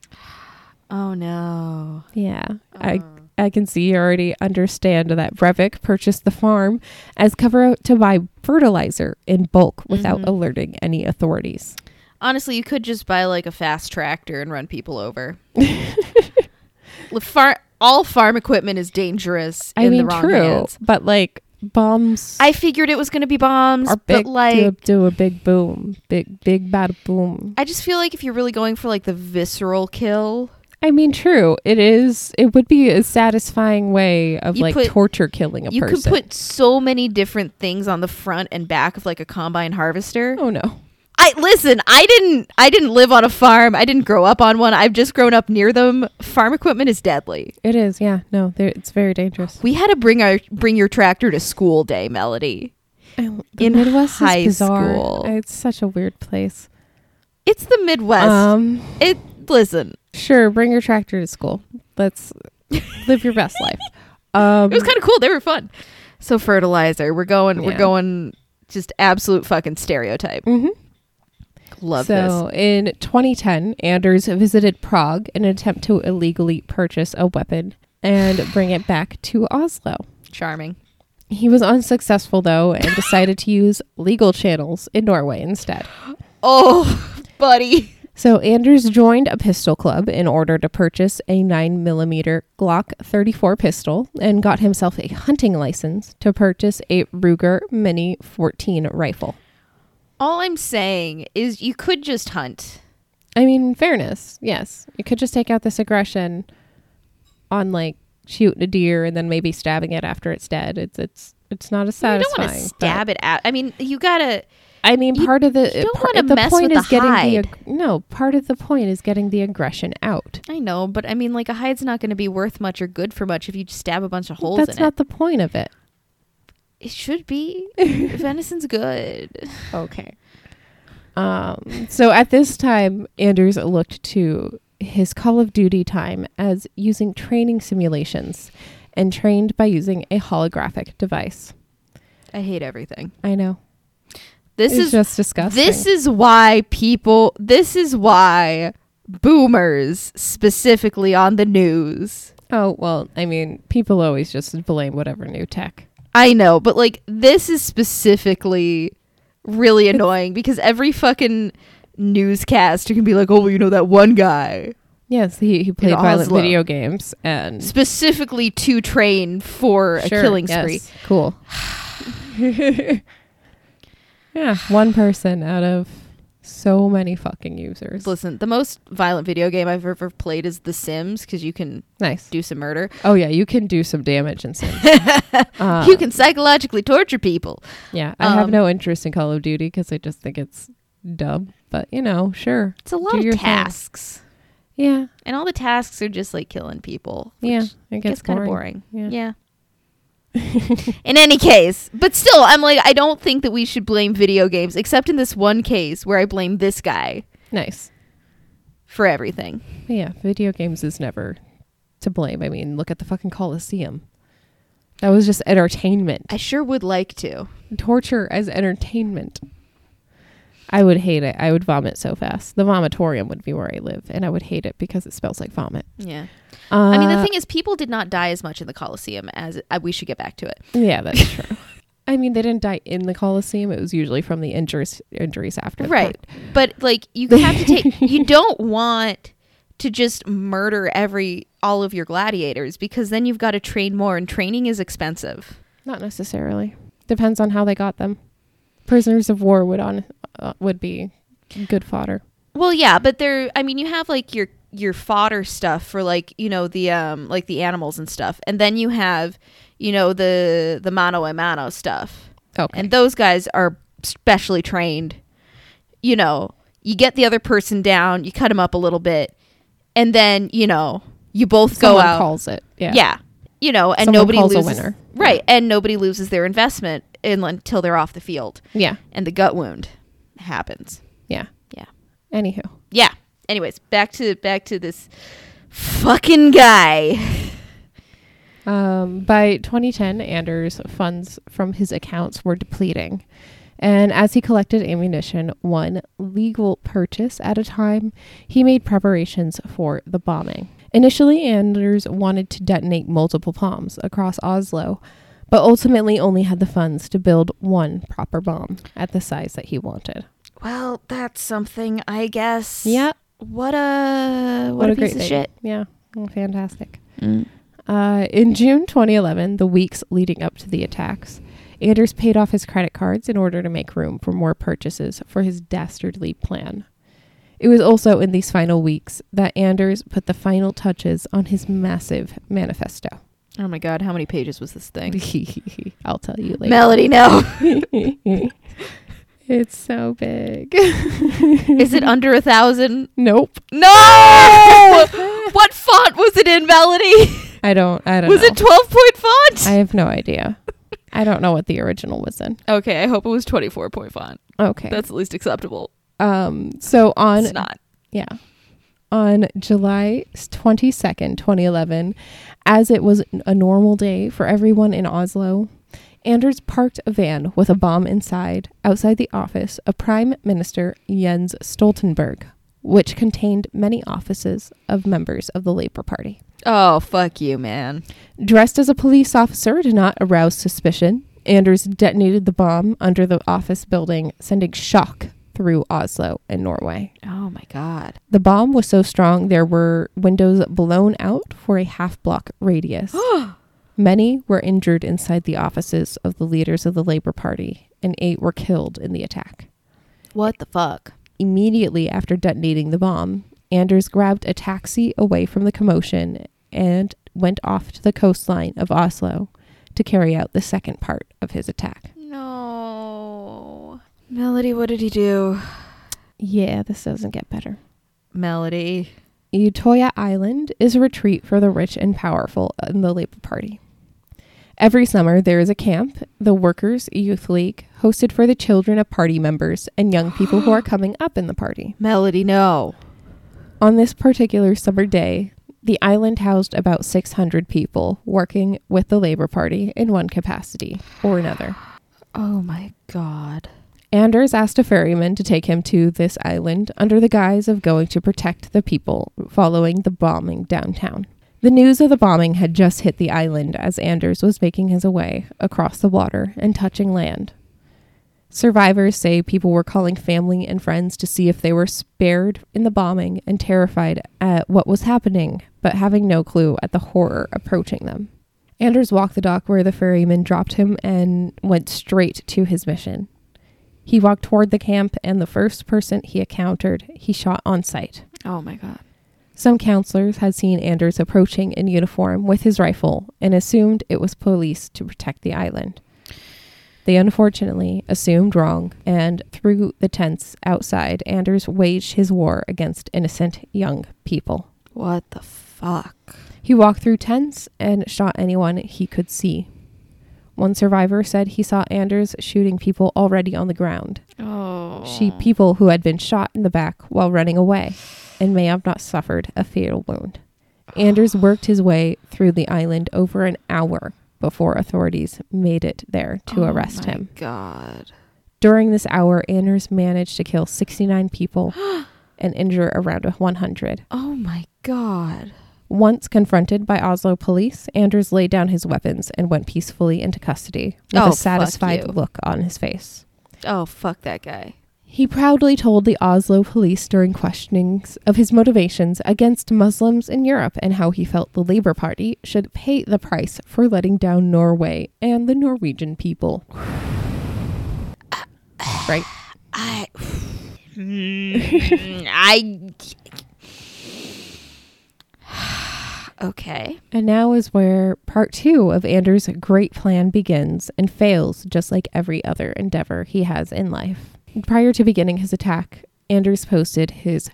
Speaker 2: Oh no.
Speaker 1: Yeah, I, I can see you already understand that Brevik purchased the farm as cover to buy fertilizer in bulk without
Speaker 2: Mhm.
Speaker 1: alerting any authorities.
Speaker 2: Honestly, you could just buy like a fast tractor and run people over. Look, far- all farm equipment is dangerous
Speaker 1: I
Speaker 2: in the
Speaker 1: mean,
Speaker 2: wrong
Speaker 1: true,
Speaker 2: hands.
Speaker 1: but like bombs
Speaker 2: I figured it was going to be bombs,
Speaker 1: are big
Speaker 2: but like
Speaker 1: to do a big boom, big big bad boom.
Speaker 2: I just feel like if you're really going for like the visceral kill,
Speaker 1: I mean, true. It is. It would be a satisfying way of
Speaker 2: You
Speaker 1: like
Speaker 2: put-
Speaker 1: torture killing a
Speaker 2: you could
Speaker 1: person.
Speaker 2: put so many different things on the front and back of like a combine harvester.
Speaker 1: oh no.
Speaker 2: I listen, I didn't I didn't live on a farm. I didn't grow up on one. I've just grown up near them. Farm equipment is deadly.
Speaker 1: It is. Yeah. No. There, it's very dangerous.
Speaker 2: We had a bring our bring your tractor to school day melody.
Speaker 1: I, the
Speaker 2: in
Speaker 1: Midwest
Speaker 2: high
Speaker 1: is bizarre.
Speaker 2: school.
Speaker 1: It's such a weird place.
Speaker 2: It's the Midwest.
Speaker 1: Um.
Speaker 2: it listen.
Speaker 1: Sure. Bring your tractor to school. Let's live your best life. Um.
Speaker 2: It was kind of cool. They were fun. So fertilizer. We're going
Speaker 1: Yeah.
Speaker 2: we're going just absolute fucking stereotype.
Speaker 1: mhm.
Speaker 2: Love
Speaker 1: so in 2010, Anders visited Prague in an attempt to illegally purchase a weapon and bring it back to Oslo.
Speaker 2: this. Charming.
Speaker 1: He was unsuccessful though and decided to use legal channels in Norway instead.
Speaker 2: Oh, buddy.
Speaker 1: So Anders joined a pistol club in order to purchase a 9mm Glock 34 pistol and got himself a hunting license to purchase a Ruger Mini 14 rifle.
Speaker 2: All I'm saying is you could just hunt.
Speaker 1: I mean, fairness, yes. You could just take out this aggression on like shooting a deer and then maybe stabbing it after it's dead. It's it's it's not as
Speaker 2: You don't
Speaker 1: satisfying.
Speaker 2: want to
Speaker 1: but-
Speaker 2: stab it out. I mean, you gotta.
Speaker 1: I mean,
Speaker 2: You-
Speaker 1: part of the
Speaker 2: you don't
Speaker 1: part,
Speaker 2: wanna
Speaker 1: the
Speaker 2: mess
Speaker 1: point
Speaker 2: with
Speaker 1: is
Speaker 2: the
Speaker 1: getting
Speaker 2: hide.
Speaker 1: the ag- no. Part of the point is getting the aggression out.
Speaker 2: I know, but I mean, like a hide's not going to be worth much or good for much if you just stab a bunch of holes
Speaker 1: That's
Speaker 2: in
Speaker 1: not
Speaker 2: it.
Speaker 1: the point of it.
Speaker 2: It should be. Venison's good.
Speaker 1: Okay. Um, so at this time, Anders looked to his Call of Duty time as using training simulations and trained by using a holographic device.
Speaker 2: I hate everything.
Speaker 1: I know
Speaker 2: This
Speaker 1: it's
Speaker 2: is
Speaker 1: just disgusting.
Speaker 2: this is why people. This is why boomers, specifically on the news.
Speaker 1: oh well. I mean, people always just blame whatever new tech.
Speaker 2: I know, but like this is specifically really annoying because every fucking newscaster can be like, "Oh, well, you know that one guy
Speaker 1: Yes, he, he played
Speaker 2: In
Speaker 1: violent
Speaker 2: Oslo.
Speaker 1: video games and
Speaker 2: specifically to train for a killing spree."
Speaker 1: yes. Cool. yeah, one person out of so many fucking users.
Speaker 2: Listen, the most violent video game I've ever played is The Sims because you can
Speaker 1: Nice.
Speaker 2: do some murder.
Speaker 1: Oh yeah, you can do some damage in Sims. Uh,
Speaker 2: you can psychologically torture people.
Speaker 1: yeah, I have
Speaker 2: um,
Speaker 1: no interest in Call of Duty because I just think it's dumb. But you know, sure.
Speaker 2: It's a
Speaker 1: Do
Speaker 2: lot
Speaker 1: your
Speaker 2: of
Speaker 1: thing.
Speaker 2: tasks,
Speaker 1: Yeah,
Speaker 2: and all the tasks are just like killing people.
Speaker 1: yeah.
Speaker 2: which
Speaker 1: It gets,
Speaker 2: gets kind of
Speaker 1: boring.
Speaker 2: boring.
Speaker 1: Yeah.
Speaker 2: Yeah. in any case, but still, I'm like, I don't think that we should blame video games, except in this one case where I blame this guy
Speaker 1: Nice.
Speaker 2: for everything.
Speaker 1: But yeah, video games is never to blame. I mean, look at the fucking Coliseum. That was just entertainment.
Speaker 2: I sure would like to.
Speaker 1: torture as entertainment. I would hate it. I would vomit so fast. The vomitorium would be where I live, and I would hate it because it smells like vomit.
Speaker 2: Yeah.
Speaker 1: Uh,
Speaker 2: I mean, the thing is, people did not die as much in the Colosseum as uh, we should get back to it.
Speaker 1: yeah, that's true. I mean, they didn't die in the Colosseum. It was usually from the injuries injuries after, the
Speaker 2: Right.
Speaker 1: fact.
Speaker 2: But like, you have to take, you don't want to just murder every, all of your gladiators because then you've got to train more, and training is expensive.
Speaker 1: Not necessarily. Depends on how they got them. Prisoners of war would on uh, would be good fodder.
Speaker 2: Well, yeah, but there. I mean, you have like your your fodder stuff for like you know the um like the animals and stuff, and then you have you know the the mano a mano stuff
Speaker 1: Okay.
Speaker 2: and those guys are specially trained you know you get the other person down you cut them up a little bit and then you know you both go
Speaker 1: Someone
Speaker 2: out
Speaker 1: calls it. Yeah.
Speaker 2: yeah. you know and
Speaker 1: Someone
Speaker 2: nobody
Speaker 1: calls a
Speaker 2: loses
Speaker 1: winner.
Speaker 2: right and nobody loses their investment in- until they're off the field
Speaker 1: Yeah.
Speaker 2: and the gut wound happens
Speaker 1: Yeah.
Speaker 2: yeah
Speaker 1: Anywho.
Speaker 2: yeah anyways back to back to this fucking guy
Speaker 1: Um, by 2010, Anders' funds from his accounts were depleting. And as he collected ammunition, one legal purchase at a time, he made preparations for the bombing. Initially, Anders wanted to detonate multiple bombs across Oslo, but ultimately only had the funds to build one proper bomb at the size that he wanted.
Speaker 2: well that's something i guess
Speaker 1: Yeah,
Speaker 2: what a what, a, Mm. piece of
Speaker 1: thing.
Speaker 2: shit
Speaker 1: Yeah, fantastic. Uh, in June 2011, the weeks leading up to the attacks, Anders paid off his credit cards in order to make room for more purchases for his dastardly plan. It was also in these final weeks that Anders put the final touches on his massive manifesto.
Speaker 2: oh my god how many pages was this thing
Speaker 1: I'll tell you later.
Speaker 2: melody no
Speaker 1: it's so big.
Speaker 2: is it under a thousand
Speaker 1: nope.
Speaker 2: no what font was it in melody
Speaker 1: I don't. I don't.
Speaker 2: was
Speaker 1: know.
Speaker 2: it 12 point font
Speaker 1: I have no idea. I don't know what the original was in.
Speaker 2: okay i hope it was 24 point font
Speaker 1: Okay.
Speaker 2: at least acceptable
Speaker 1: um. So on
Speaker 2: not
Speaker 1: Yeah. On July 22nd, 2011, as it was a normal day for everyone in Oslo, Anders parked a van with a bomb inside outside the office of Prime Minister Jens Stoltenberg, which contained many offices of members of the Labour Party.
Speaker 2: oh fuck you man
Speaker 1: Dressed as a police officer to not arouse suspicion, Anders detonated the bomb under the office building, sending shock through Oslo and Norway.
Speaker 2: oh my god
Speaker 1: The bomb was so strong there were windows blown out for a half block radius. Many were injured inside the offices of the leaders of the Labour Party, and eight were killed in the attack.
Speaker 2: what the fuck
Speaker 1: Immediately after detonating the bomb, Anders grabbed a taxi away from the commotion and went off to the coastline of Oslo to carry out the second part of his attack.
Speaker 2: no melody what did he do
Speaker 1: Yeah, this doesn't get better.
Speaker 2: melody
Speaker 1: Utoya Island is a retreat for the rich and powerful in the Labour Party. Every summer, there is a camp, the Workers' Youth League, hosted for the children of party members and young people who are coming up in the party.
Speaker 2: melody no
Speaker 1: On this particular summer day, the island housed about 600 people working with the Labour Party in one capacity or another.
Speaker 2: oh my god
Speaker 1: Anders asked a ferryman to take him to this island under the guise of going to protect the people following the bombing downtown. The news of the bombing had just hit the island as Anders was making his way across the water and touching land. Survivors say people were calling family and friends to see if they were spared in the bombing and terrified at what was happening, but having no clue at the horror approaching them. Anders walked the dock where the ferryman dropped him and went straight to his mission. He walked toward the camp, and the first person he encountered, he shot on sight.
Speaker 2: oh my god
Speaker 1: Some counselors had seen Anders approaching in uniform with his rifle and assumed it was police to protect the island. They unfortunately assumed wrong, and through the tents outside, Anders waged his war against innocent young people.
Speaker 2: what the fuck
Speaker 1: He walked through tents and shot anyone he could see. One survivor said he saw Anders shooting people already on the ground.
Speaker 2: oh
Speaker 1: she people who had been shot in the back while running away and may have not suffered a fatal wound. Anders worked his way through the island over an hour before authorities made it there to arrest him.
Speaker 2: Oh god
Speaker 1: During this hour, Anders managed to kill 69 people and injure around 100.
Speaker 2: oh my god
Speaker 1: Once confronted by Oslo police, Anders laid down his weapons and went peacefully into custody with
Speaker 2: Oh,
Speaker 1: a
Speaker 2: fuck
Speaker 1: satisfied
Speaker 2: you.
Speaker 1: look on his face.
Speaker 2: oh fuck that guy
Speaker 1: He proudly told the Oslo police during questionings of his motivations against Muslims in Europe and how he felt the Labour Party should pay the price for letting down Norway and the Norwegian people. Right?
Speaker 2: I, Mm, I, Okay.
Speaker 1: And now is where part two of Anders' great plan begins and fails, just like every other endeavor he has in life. Prior to beginning his attack, Anders posted his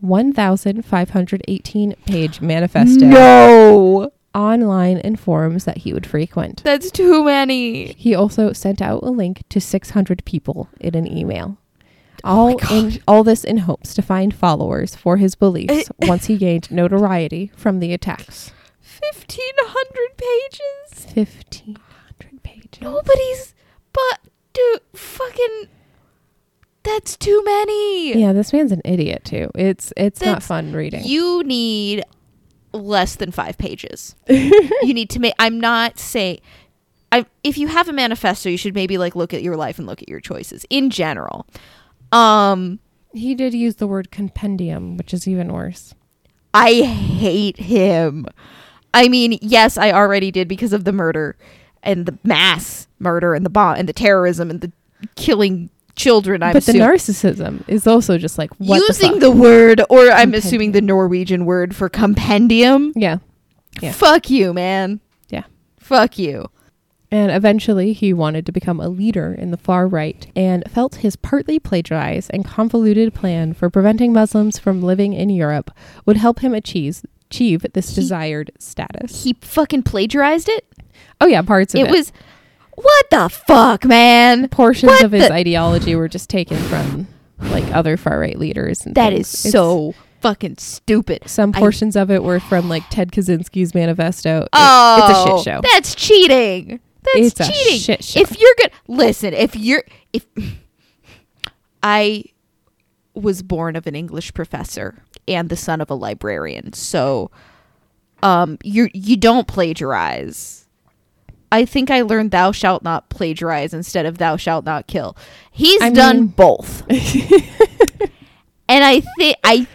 Speaker 1: 1,518 page manifesto
Speaker 2: No,
Speaker 1: online in forums that he would frequent.
Speaker 2: that's too many.
Speaker 1: He also sent out a link to 600 people in an email.
Speaker 2: Oh
Speaker 1: All, in, all this in hopes to find followers for his beliefs
Speaker 2: Eh.
Speaker 1: once he gained notoriety from the attacks.
Speaker 2: Fifteen hundred pages.
Speaker 1: 1,500 pages.
Speaker 2: Nobody's. But dude, fucking. That's too many.
Speaker 1: Yeah, this man's an idiot too. It's it's not
Speaker 2: That's-
Speaker 1: fun reading.
Speaker 2: You need less than five pages. you need to make. I'm not saying. I, if you have a manifesto, you should maybe like look at your life and look at your choices in general. Um,
Speaker 1: he did use the word compendium, which is even worse.
Speaker 2: I hate him. I mean, yes, I already did because of the murder and the mass murder and the bomb and the terrorism and the killing children. I'm
Speaker 1: but the
Speaker 2: assuming.
Speaker 1: narcissism is also just like what
Speaker 2: using
Speaker 1: the,
Speaker 2: the, word, or I'm
Speaker 1: Compendium.
Speaker 2: assuming the Norwegian word for compendium.
Speaker 1: fuck? yeah. Yeah.
Speaker 2: Fuck you, man.
Speaker 1: Yeah.
Speaker 2: Fuck you.
Speaker 1: And eventually, he wanted to become a leader in the far right and felt his partly plagiarized and convoluted plan for preventing Muslims from living in Europe would help him achieve achieve this desired status.
Speaker 2: He fucking plagiarized it.
Speaker 1: Oh yeah, parts of it.
Speaker 2: it was what the fuck, man.
Speaker 1: portions
Speaker 2: what
Speaker 1: of his
Speaker 2: the-
Speaker 1: ideology were just taken from like other far right leaders. and
Speaker 2: That is
Speaker 1: things. It's-
Speaker 2: so fucking stupid.
Speaker 1: Some
Speaker 2: I-
Speaker 1: portions of it were from like Ted Kaczynski's manifesto. It-
Speaker 2: Oh,
Speaker 1: it's a shit show.
Speaker 2: That's cheating. That's
Speaker 1: It's a
Speaker 2: cheating.
Speaker 1: shit show.
Speaker 2: If you're gonna listen, if you're if I was born of an English professor and the son of a librarian, so um, you you don't plagiarize. I think I learned "thou shalt not plagiarize" instead of "thou shalt not kill." He's
Speaker 1: I
Speaker 2: done
Speaker 1: mean-
Speaker 2: both, and I think I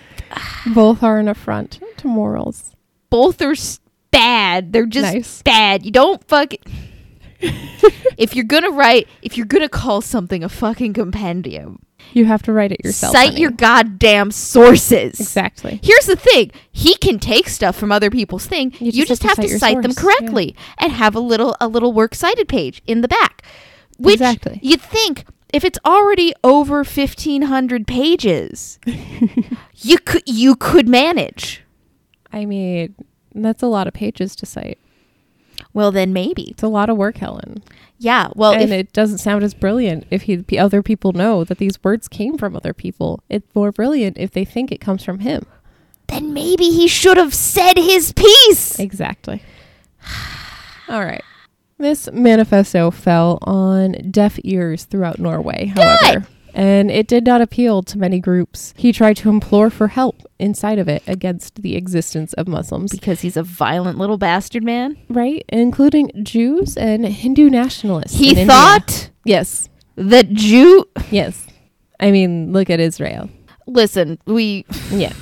Speaker 1: Both are an affront to morals.
Speaker 2: both are s- bad. They're just
Speaker 1: Nice.
Speaker 2: bad. You don't fuck. if you're gonna write, if you're gonna call something a fucking compendium,
Speaker 1: You have to write it yourself.
Speaker 2: cite
Speaker 1: honey.
Speaker 2: your goddamn sources.
Speaker 1: exactly.
Speaker 2: Here's the thing: he can take stuff from other people's thing.
Speaker 1: You
Speaker 2: You,
Speaker 1: just
Speaker 2: just
Speaker 1: have
Speaker 2: have,
Speaker 1: to
Speaker 2: to
Speaker 1: cite your
Speaker 2: cite, them
Speaker 1: source, yeah.
Speaker 2: correctly and have a little a little works cited page in the back, which
Speaker 1: Exactly.
Speaker 2: you'd think if it's already over fifteen hundred pages, you could you could manage.
Speaker 1: I mean, that's a lot of pages to cite.
Speaker 2: Well, then maybe.
Speaker 1: It's a lot of work, Helen.
Speaker 2: Yeah. Well, if
Speaker 1: and it doesn't sound as brilliant if he, p- other people know that these words came from other people. It's more brilliant if they think it comes from him.
Speaker 2: then maybe he should have said his piece.
Speaker 1: Exactly. All right. This manifesto fell on deaf ears throughout Norway, however, and it did not appeal to many groups. He tried to implore for help inside of it against the existence of Muslims,
Speaker 2: Because he's a violent little bastard man.
Speaker 1: right? Including Jews and Hindu nationalists.
Speaker 2: He
Speaker 1: in India.
Speaker 2: thought
Speaker 1: Yes,
Speaker 2: that Jew.
Speaker 1: yes. I mean, look at Israel.
Speaker 2: Listen, we
Speaker 1: Yeah.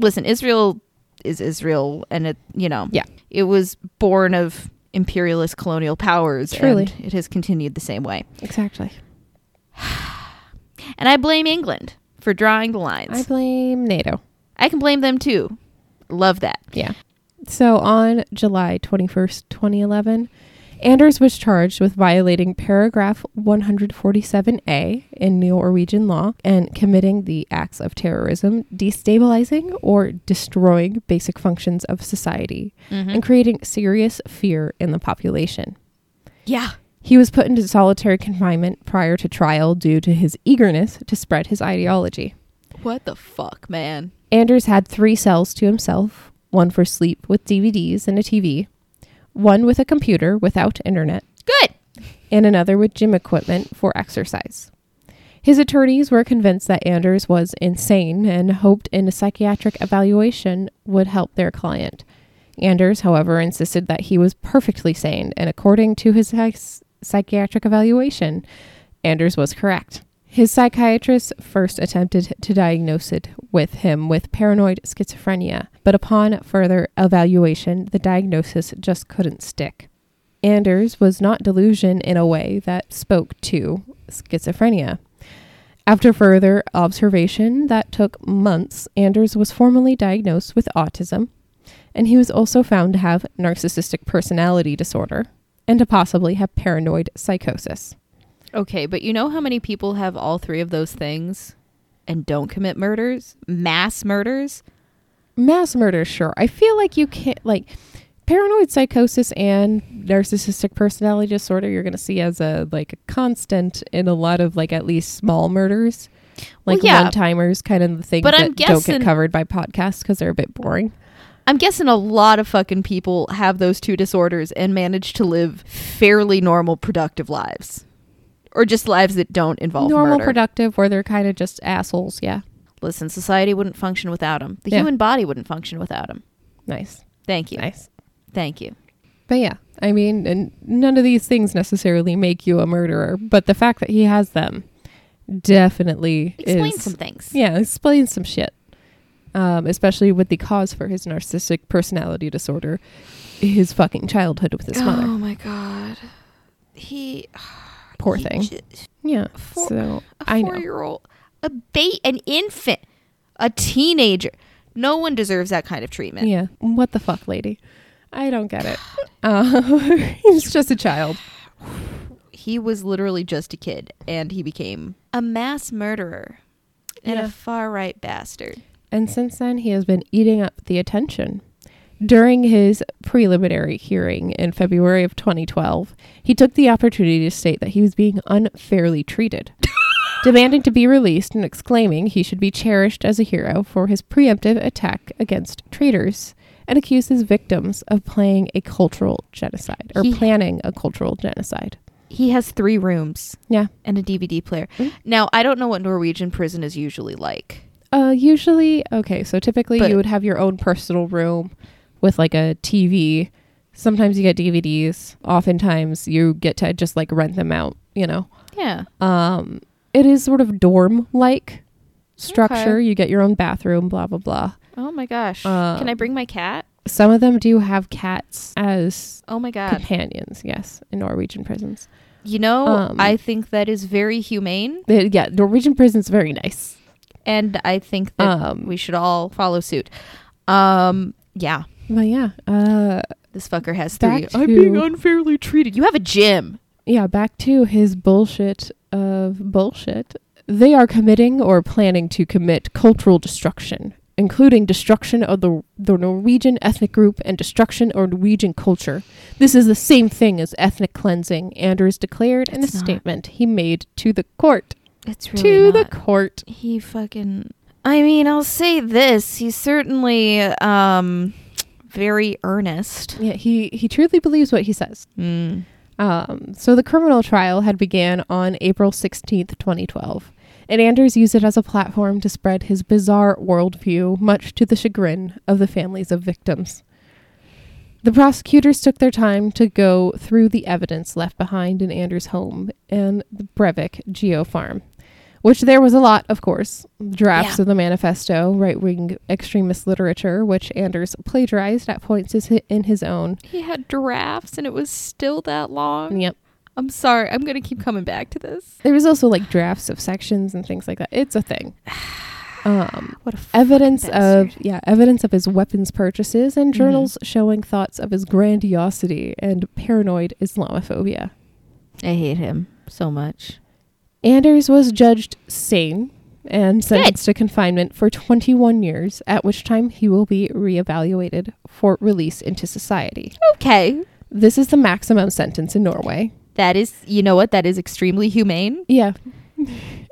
Speaker 2: listen. Israel is Israel, and it you know
Speaker 1: Yeah.
Speaker 2: it was born of imperialist colonial powers,
Speaker 1: Truly.
Speaker 2: and it has continued the same way.
Speaker 1: Exactly.
Speaker 2: And I blame England for drawing the
Speaker 1: I
Speaker 2: lines.
Speaker 1: blame NATO.
Speaker 2: I can blame them too. Love that.
Speaker 1: Yeah. So on July 21st, 2011, Anders was charged with violating paragraph 147A in Norwegian law and committing the acts of terrorism, destabilizing or destroying basic functions of society, and creating serious fear in the population.
Speaker 2: Yeah.
Speaker 1: He was put into solitary confinement prior to trial due to his eagerness to spread his ideology.
Speaker 2: What the fuck, man?
Speaker 1: Anders had three cells to himself one for sleep with DVDs and a TV, one with a computer without internet,
Speaker 2: Good.
Speaker 1: and another with gym equipment for exercise. His attorneys were convinced that Anders was insane and hoped in a psychiatric evaluation would help their client. Anders, however, insisted that he was perfectly sane, and according to his psych- psychiatric evaluation, Anders was correct. His psychiatrist first attempted to diagnose it with him with paranoid schizophrenia, but upon further evaluation, the diagnosis just couldn't stick. Anders was not delusion in a way that spoke to schizophrenia. After further observation that took months, Anders was formally diagnosed with autism and he was also found to have narcissistic personality disorder and to possibly have paranoid psychosis.
Speaker 2: Okay, but you know how many people have all three of those things and don't commit murders? Mass murders?
Speaker 1: Mass murder, sure. I feel like you can't, like, paranoid psychosis and narcissistic personality disorder, you're going to see as a, like, a constant in a lot of, like, at least small murders. Like,
Speaker 2: Well, yeah.
Speaker 1: one timers, kind of the things
Speaker 2: But
Speaker 1: that
Speaker 2: I'm
Speaker 1: don't get
Speaker 2: guessing-
Speaker 1: covered by podcasts because they're a bit boring.
Speaker 2: I'm guessing a lot of fucking people have those two disorders and manage to live fairly normal, productive lives. Or just lives that don't involve
Speaker 1: Normal,
Speaker 2: murder.
Speaker 1: productive, where they're kind of just assholes. Yeah.
Speaker 2: Listen, society wouldn't function without him. The
Speaker 1: Yeah.
Speaker 2: human body wouldn't function without him.
Speaker 1: Nice.
Speaker 2: Thank you.
Speaker 1: Nice.
Speaker 2: Thank you.
Speaker 1: But yeah, I mean, and none of these things necessarily make you a murderer, but the fact that he has them definitely
Speaker 2: Explain
Speaker 1: is,
Speaker 2: some things.
Speaker 1: Yeah, explains some shit. Um, especially with the cause for his narcissistic personality disorder, his fucking childhood with his mother.
Speaker 2: Oh my god. He
Speaker 1: Poor
Speaker 2: he
Speaker 1: thing.
Speaker 2: j-
Speaker 1: Yeah.
Speaker 2: Four-
Speaker 1: so
Speaker 2: a
Speaker 1: I know.
Speaker 2: four-year-old, a ba- an infant, a teenager. No one deserves that kind of treatment.
Speaker 1: Yeah. What the fuck, lady? I don't get it. Uh, he's just a child.
Speaker 2: He was literally just a kid, and he became a mass murderer and
Speaker 1: Yeah.
Speaker 2: a far right bastard.
Speaker 1: And since then, he has been eating up the attention. During his preliminary hearing in February of 2012, he took the opportunity to state that he was being unfairly treated, demanding to be released and exclaiming he should be cherished as a hero for his preemptive attack against traitors and accused his victims of playing a cultural genocide or
Speaker 2: He-
Speaker 1: planning a cultural genocide.
Speaker 2: He has three rooms
Speaker 1: Yeah.
Speaker 2: and a DVD player.
Speaker 1: Mm.
Speaker 2: Mm-hmm. Now I don't know what Norwegian prison is usually like.
Speaker 1: Uh, usually, okay. So typically,
Speaker 2: But-
Speaker 1: you would have your own personal room with like a TV. Sometimes you get DVDs. Oftentimes, you get to just like rent them out. You know,
Speaker 2: Yeah.
Speaker 1: um, it is sort of dorm-like structure. You get your own bathroom. Blah blah blah.
Speaker 2: Oh my gosh.
Speaker 1: Um,
Speaker 2: Can I bring my cat?
Speaker 1: Some of them do have cats as
Speaker 2: Oh my god.
Speaker 1: companions. Yes, in Norwegian prisons.
Speaker 2: You know,
Speaker 1: Um,
Speaker 2: I think that is very humane,
Speaker 1: They- yeah, Norwegian prisons very nice.
Speaker 2: and I think that
Speaker 1: Um,
Speaker 2: we should all follow suit. Um, yeah,
Speaker 1: but yeah, uh,
Speaker 2: this fucker has
Speaker 1: Back
Speaker 2: three. I'm being
Speaker 1: to-
Speaker 2: unfairly treated. You have a gym.
Speaker 1: yeah, back to his bullshit of bullshit. They are committing or planning to commit cultural destruction, including destruction of the, the Norwegian ethnic group and destruction of Norwegian culture. This is the same thing as ethnic cleansing, Anders declared in a
Speaker 2: It's not.
Speaker 1: statement he made to the court.
Speaker 2: It's
Speaker 1: to the court.
Speaker 2: he fucking. I mean, I'll say this: he's certainly um very earnest.
Speaker 1: Yeah, he, he truly believes what he says.
Speaker 2: Mm.
Speaker 1: Um, so the criminal trial had began on April 16th, 2012, and Anders used it as a platform to spread his bizarre worldview, much to the chagrin of the families of victims. The prosecutors took their time to go through the evidence left behind in Anders' home and the Brevik Geo Farm, which there was a lot, of course. Drafts
Speaker 2: Yeah.
Speaker 1: of the manifesto, right wing extremist literature, which Anders plagiarized at points is hi- in his own.
Speaker 2: He had drafts, and it was still that long.
Speaker 1: Yep.
Speaker 2: I'm sorry. I'm gonna keep coming back to this.
Speaker 1: There was also like drafts of sections and things like that. It's a thing. Um,
Speaker 2: What a fucking
Speaker 1: evidence of
Speaker 2: bastard.
Speaker 1: yeah, evidence of his weapons purchases and journals showing thoughts of his grandiosity and paranoid Islamophobia.
Speaker 2: I hate him so much.
Speaker 1: Anders was judged sane and sentenced to confinement for 21 years, at which time he will be reevaluated for release into society.
Speaker 2: Okay,
Speaker 1: This is the maximum sentence in Norway.
Speaker 2: that is. You know what? That is extremely humane.
Speaker 1: Yeah.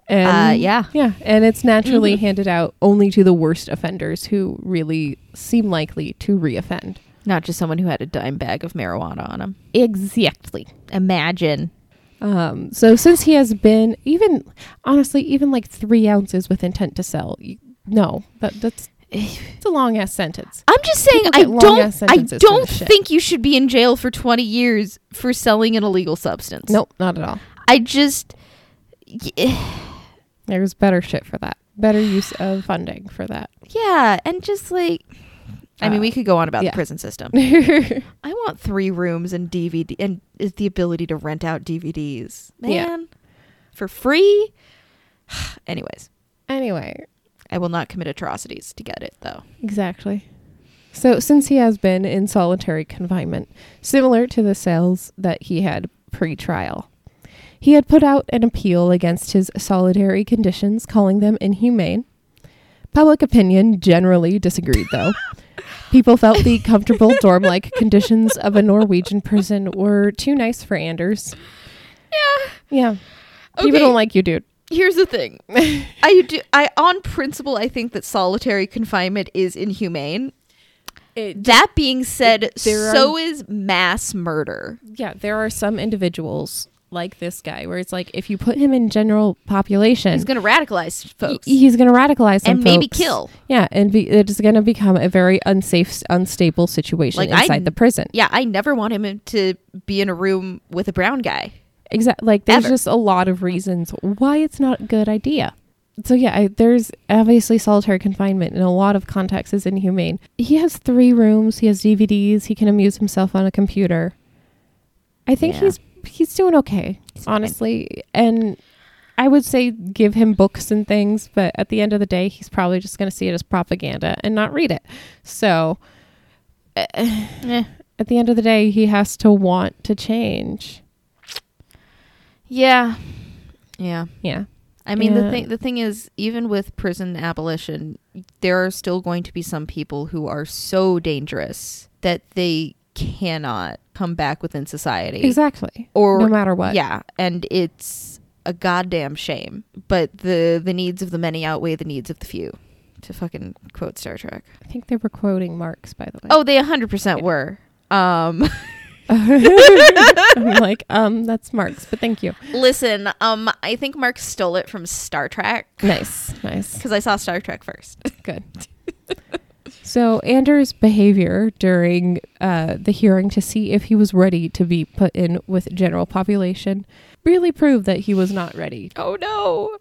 Speaker 1: And
Speaker 2: uh, yeah.
Speaker 1: Yeah, Mm-hmm. and it's naturally
Speaker 2: Mhm.
Speaker 1: handed out only to the worst offenders who really seem likely to reoffend.
Speaker 2: Not just someone who had a dime bag of marijuana on him.
Speaker 1: Exactly.
Speaker 2: Imagine.
Speaker 1: Um, so since he has been even honestly even like three ounces with intent to sell, you, no, that, that's
Speaker 2: I'm
Speaker 1: it's a long ass sentence.
Speaker 2: just saying
Speaker 1: People
Speaker 2: I
Speaker 1: get long ass
Speaker 2: don't I
Speaker 1: sentences for
Speaker 2: don't
Speaker 1: this shit.
Speaker 2: think you should be in jail for 20 years for selling an illegal substance.
Speaker 1: Nope, not at all.
Speaker 2: I just y-
Speaker 1: There's better shit for that. Better use of funding for that.
Speaker 2: yeah, and just like I mean,
Speaker 1: Uh,
Speaker 2: we could go on about
Speaker 1: yeah.
Speaker 2: the prison system.
Speaker 1: yeah,
Speaker 2: I want 3 rooms and DVD and is the ability to rent out DVDs. Man.
Speaker 1: Yeah.
Speaker 2: For free? Anyways,
Speaker 1: Anyway,
Speaker 2: I will not commit atrocities to get it though.
Speaker 1: exactly. So, since he has been in solitary confinement, similar to the cells that he had pre trial, he had put out an appeal against his solitary conditions, calling them inhumane. Public opinion generally disagreed, though. People felt the comfortable dorm like conditions of a Norwegian prison were too nice for Anders.
Speaker 2: Yeah.
Speaker 1: Yeah.
Speaker 2: Okay.
Speaker 1: People don't like you, dude.
Speaker 2: Here's the thing. I do I on principle I think that solitary confinement is inhumane. That being said,
Speaker 1: There are-
Speaker 2: so is mass murder.
Speaker 1: yeah, there are some individuals like this guy where it's like if you put him in general population,
Speaker 2: It's going to radicalize folks.
Speaker 1: he- he's going to radicalize some
Speaker 2: and maybe
Speaker 1: folks.
Speaker 2: kill.
Speaker 1: Yeah, and be, it's going to become a very unsafe, s- unstable situation
Speaker 2: Like, I
Speaker 1: inside
Speaker 2: kn-
Speaker 1: the prison.
Speaker 2: Yeah, I never want him in- to be in a room with a brown guy.
Speaker 1: Exactly. Like there's
Speaker 2: Ever.
Speaker 1: just a lot of reasons why it's not a good idea. So yeah, I, there's obviously solitary confinement in a lot of contexts is inhumane. He has three rooms. He has DVDs. He can amuse himself on a computer. I think
Speaker 2: Yeah.
Speaker 1: he's he's doing okay,
Speaker 2: fine.
Speaker 1: honestly. And I would say give him books and things, but at the end of the day, he's probably just going to see it as propaganda and not read it. So Eh. at the end of the day, he has to want to change.
Speaker 2: Yeah. Yeah.
Speaker 1: Yeah.
Speaker 2: I mean the
Speaker 1: Yeah.
Speaker 2: thing the thing is even with prison abolition there are still going to be some people who are so dangerous that they cannot come back within society.
Speaker 1: Exactly.
Speaker 2: Or
Speaker 1: no matter what.
Speaker 2: Yeah, and it's a goddamn shame, but the the needs of the many outweigh the needs of the few. To fucking quote Star Trek.
Speaker 1: I think they were quoting Marx, by the way.
Speaker 2: Oh, they 100% were. Um
Speaker 1: I'm like, um, that's Marx, but thank you.
Speaker 2: listen, um I think Mark stole it from Star Trek
Speaker 1: Nice, nice,
Speaker 2: cuz I saw Star Trek first.
Speaker 1: good. So Anders' behavior during uh, the hearing to see if he was ready to be put in with general population really proved that he was not ready.
Speaker 2: Oh no.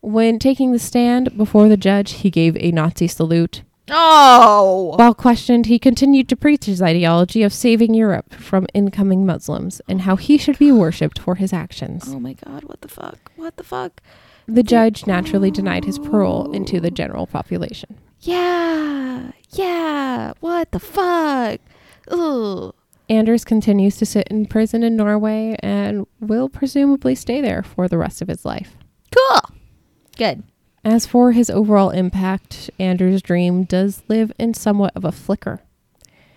Speaker 1: When taking the stand before the judge, he gave a Nazi salute.
Speaker 2: Oh.
Speaker 1: While questioned, he continued to preach his ideology of saving Europe from incoming Muslims and how he should be worshipped for his actions.
Speaker 2: Oh my god, what the fuck? What the fuck?
Speaker 1: The judge naturally denied his parole into the general population.
Speaker 2: Yeah. Yeah. What the fuck? Ugh.
Speaker 1: Anders continues to sit in prison in Norway and will presumably stay there for the rest of his life.
Speaker 2: Cool. Good.
Speaker 1: As for his overall impact, Anders' dream does live in somewhat of a flicker.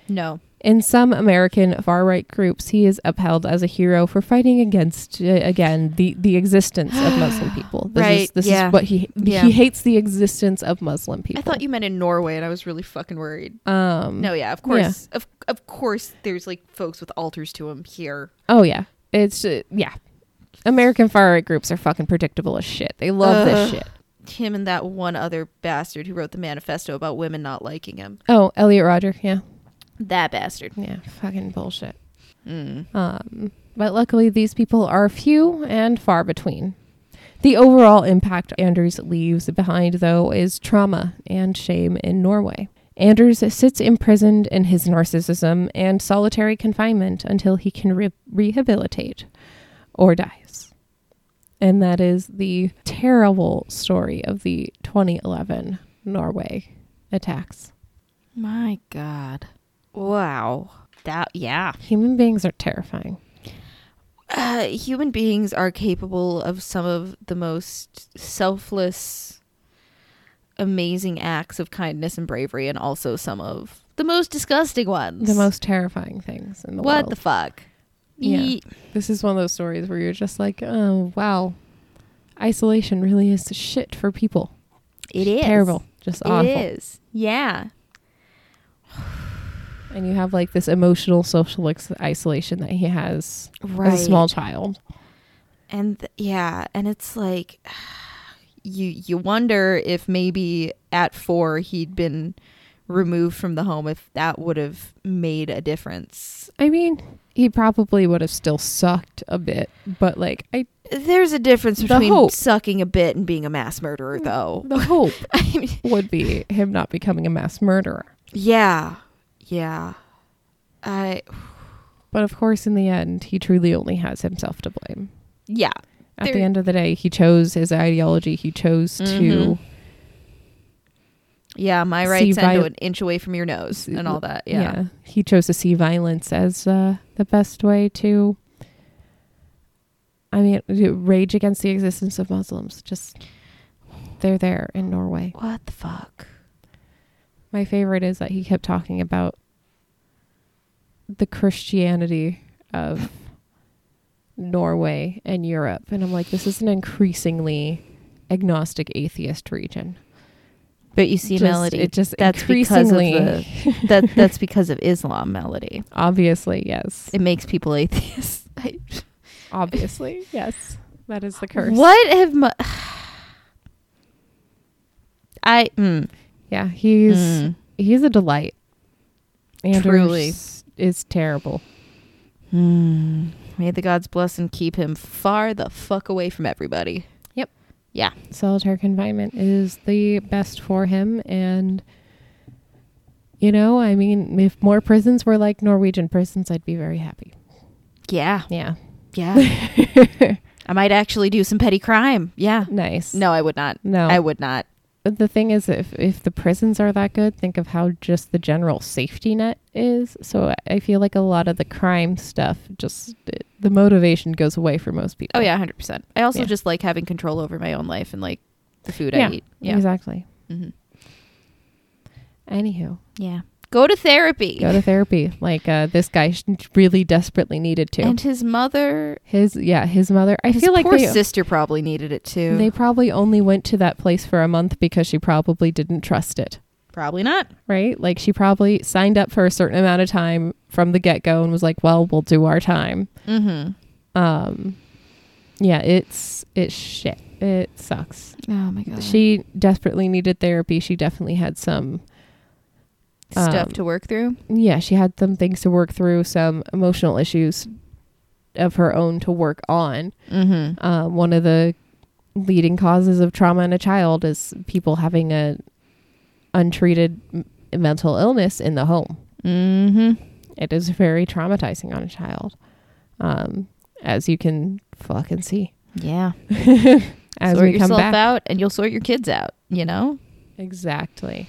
Speaker 2: No.
Speaker 1: In some American far right groups, he is upheld as a hero for fighting against uh, again the, the existence of Muslim people. This is
Speaker 2: Right,
Speaker 1: this
Speaker 2: yeah.
Speaker 1: is what he
Speaker 2: Yeah.
Speaker 1: he hates the existence of Muslim people.
Speaker 2: I thought you meant in Norway and I was really fucking worried.
Speaker 1: um
Speaker 2: No, yeah, of course. Of of course there's like folks with altars to him here.
Speaker 1: Oh yeah, it's uh, yeah. American far right groups are fucking predictable as shit. They love this
Speaker 2: Ugh.
Speaker 1: shit.
Speaker 2: Him and that one other bastard who wrote the manifesto about women not liking him.
Speaker 1: Oh, Elliot Roger, yeah,
Speaker 2: That bastard.
Speaker 1: yeah, fucking bullshit.
Speaker 2: Mm.
Speaker 1: Um, but luckily, these people are few and far between. The overall impact Anders leaves behind, though, is trauma and shame in Norway. Anders sits imprisoned in his narcissism and solitary confinement until he can re- rehabilitate or dies. And that is the terrible story of the 2011 Norway attacks.
Speaker 2: My god. Wow. That yeah.
Speaker 1: Human beings are terrifying.
Speaker 2: uh, human beings are capable of some of the most selfless, amazing acts of kindness and bravery, and also some of the most disgusting ones.
Speaker 1: The most terrifying things in the
Speaker 2: what
Speaker 1: world.
Speaker 2: the fuck?
Speaker 1: Yeah.
Speaker 2: Ye-
Speaker 1: This is one of those stories where you're just like, oh, wow. Isolation really is shit for people.
Speaker 2: it is
Speaker 1: Terrible. Just
Speaker 2: It is.
Speaker 1: awful.
Speaker 2: Yeah.
Speaker 1: And you have like this emotional social ex- isolation that he has as a small child.
Speaker 2: and th- yeah and it's like you you wonder if maybe at four he'd been removed from the home if that would have made a difference
Speaker 1: I mean, he probably would have still sucked a bit, but like, I
Speaker 2: There's a difference
Speaker 1: The
Speaker 2: between
Speaker 1: hope. Mm.
Speaker 2: sucking a bit and being a mass murderer, though.
Speaker 1: the hope
Speaker 2: I mean,
Speaker 1: would be him not becoming a mass murderer.
Speaker 2: yeah, yeah. I
Speaker 1: But of course, in the end, he truly only has himself to blame.
Speaker 2: yeah.
Speaker 1: At the
Speaker 2: There- Mm-hmm.
Speaker 1: end of the day, he chose his ideology. He chose to
Speaker 2: Mhm. Yeah, my
Speaker 1: See
Speaker 2: rights end
Speaker 1: viol-
Speaker 2: to an inch away from your nose and all that. Yeah.
Speaker 1: he chose to see violence as uh, the best way to. I mean, to rage against the existence of Muslims. Just they're there in Norway.
Speaker 2: What the fuck?
Speaker 1: My favorite is that he kept talking about the Christianity of Norway and Europe. And I'm like, this is an increasingly agnostic atheist region.
Speaker 2: But you see,
Speaker 1: Just-
Speaker 2: Melody,
Speaker 1: It just
Speaker 2: that's because of
Speaker 1: increasingly,
Speaker 2: the that that's because of Islam, Melody.
Speaker 1: obviously, yes.
Speaker 2: It makes people atheists. I,
Speaker 1: Obviously, yes. That is the curse.
Speaker 2: what have mu- I? Mm,
Speaker 1: Yeah, he's
Speaker 2: mm,
Speaker 1: he's a delight.
Speaker 2: Truly.
Speaker 1: Anders is terrible.
Speaker 2: mm. May the gods bless and keep him far the fuck away from everybody.
Speaker 1: Solitary confinement is the best for him and you know, I mean, if more prisons were like Norwegian prisons, I'd be very happy.
Speaker 2: Yeah,
Speaker 1: Yeah.
Speaker 2: yeah. I might actually do some petty crime. Yeah.
Speaker 1: Nice.
Speaker 2: No, I would not.
Speaker 1: No.
Speaker 2: I would not.
Speaker 1: But the thing is, if, if the prisons are that good, think of how just the general safety net is. So I I feel like a lot of the crime stuff, just it, the motivation goes away for most people.
Speaker 2: Oh yeah, hundred percent. I also
Speaker 1: Yeah.
Speaker 2: just like having control over my own life and like the food
Speaker 1: Yeah,
Speaker 2: I eat. Yeah.
Speaker 1: Exactly.
Speaker 2: Mhm.
Speaker 1: Anywho,
Speaker 2: Yeah. Go to therapy.
Speaker 1: go to therapy. Like uh, this guy sh- really desperately needed to.
Speaker 2: And his mother.
Speaker 1: his yeah, his mother. I
Speaker 2: his
Speaker 1: feel like
Speaker 2: poor
Speaker 1: they,
Speaker 2: sister probably needed it too.
Speaker 1: they probably only went to that place for a month because she probably didn't trust it.
Speaker 2: probably not.
Speaker 1: Right? Like she probably signed up for a certain amount of time from the get go and was like, "Well, we'll do our time."
Speaker 2: Mm-hmm.
Speaker 1: Um, yeah, it's it's shit. It sucks.
Speaker 2: Oh my god.
Speaker 1: She desperately needed therapy. She definitely had some
Speaker 2: stuff
Speaker 1: um,
Speaker 2: to work through.
Speaker 1: yeah, she had some things to work through, some emotional issues of her own to work on.
Speaker 2: Mm-hmm.
Speaker 1: Um, one of the leading causes of trauma in a child is people having a untreated m- mental illness in the home.
Speaker 2: Mm-hmm.
Speaker 1: It is very traumatizing on a child, um, as you can fucking see.
Speaker 2: Yeah.
Speaker 1: As
Speaker 2: sort
Speaker 1: we come
Speaker 2: yourself
Speaker 1: back,
Speaker 2: out, and you'll sort your kids out. You know.
Speaker 1: exactly.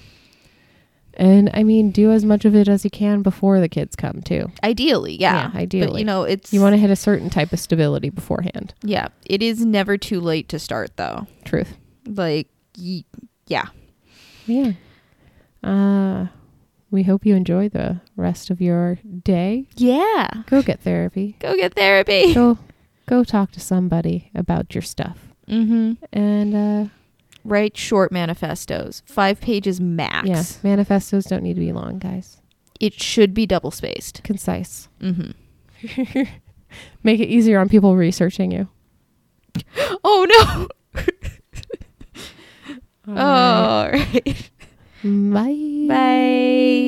Speaker 1: And I mean, do as much of it as you can before the kids come too.
Speaker 2: Ideally, yeah.
Speaker 1: Yeah, ideally.
Speaker 2: But you know, it's
Speaker 1: You want to hit a certain type of stability beforehand.
Speaker 2: Yeah, it is never too late to start though.
Speaker 1: Truth.
Speaker 2: Like, ye- yeah.
Speaker 1: Yeah. Uh, we hope you enjoy the rest of your day.
Speaker 2: Yeah.
Speaker 1: Go get therapy.
Speaker 2: Go get therapy.
Speaker 1: Go, go talk to somebody about your stuff.
Speaker 2: Mm-hmm.
Speaker 1: And uh,
Speaker 2: Write short manifestos, five pages max.
Speaker 1: yeah, manifestos don't need to be long, guys.
Speaker 2: It should be double spaced.
Speaker 1: Concise.
Speaker 2: Mm-hmm.
Speaker 1: Make it easier on people researching you.
Speaker 2: Oh no!
Speaker 1: All
Speaker 2: All right.
Speaker 1: right. Oh. Bye.
Speaker 2: Bye.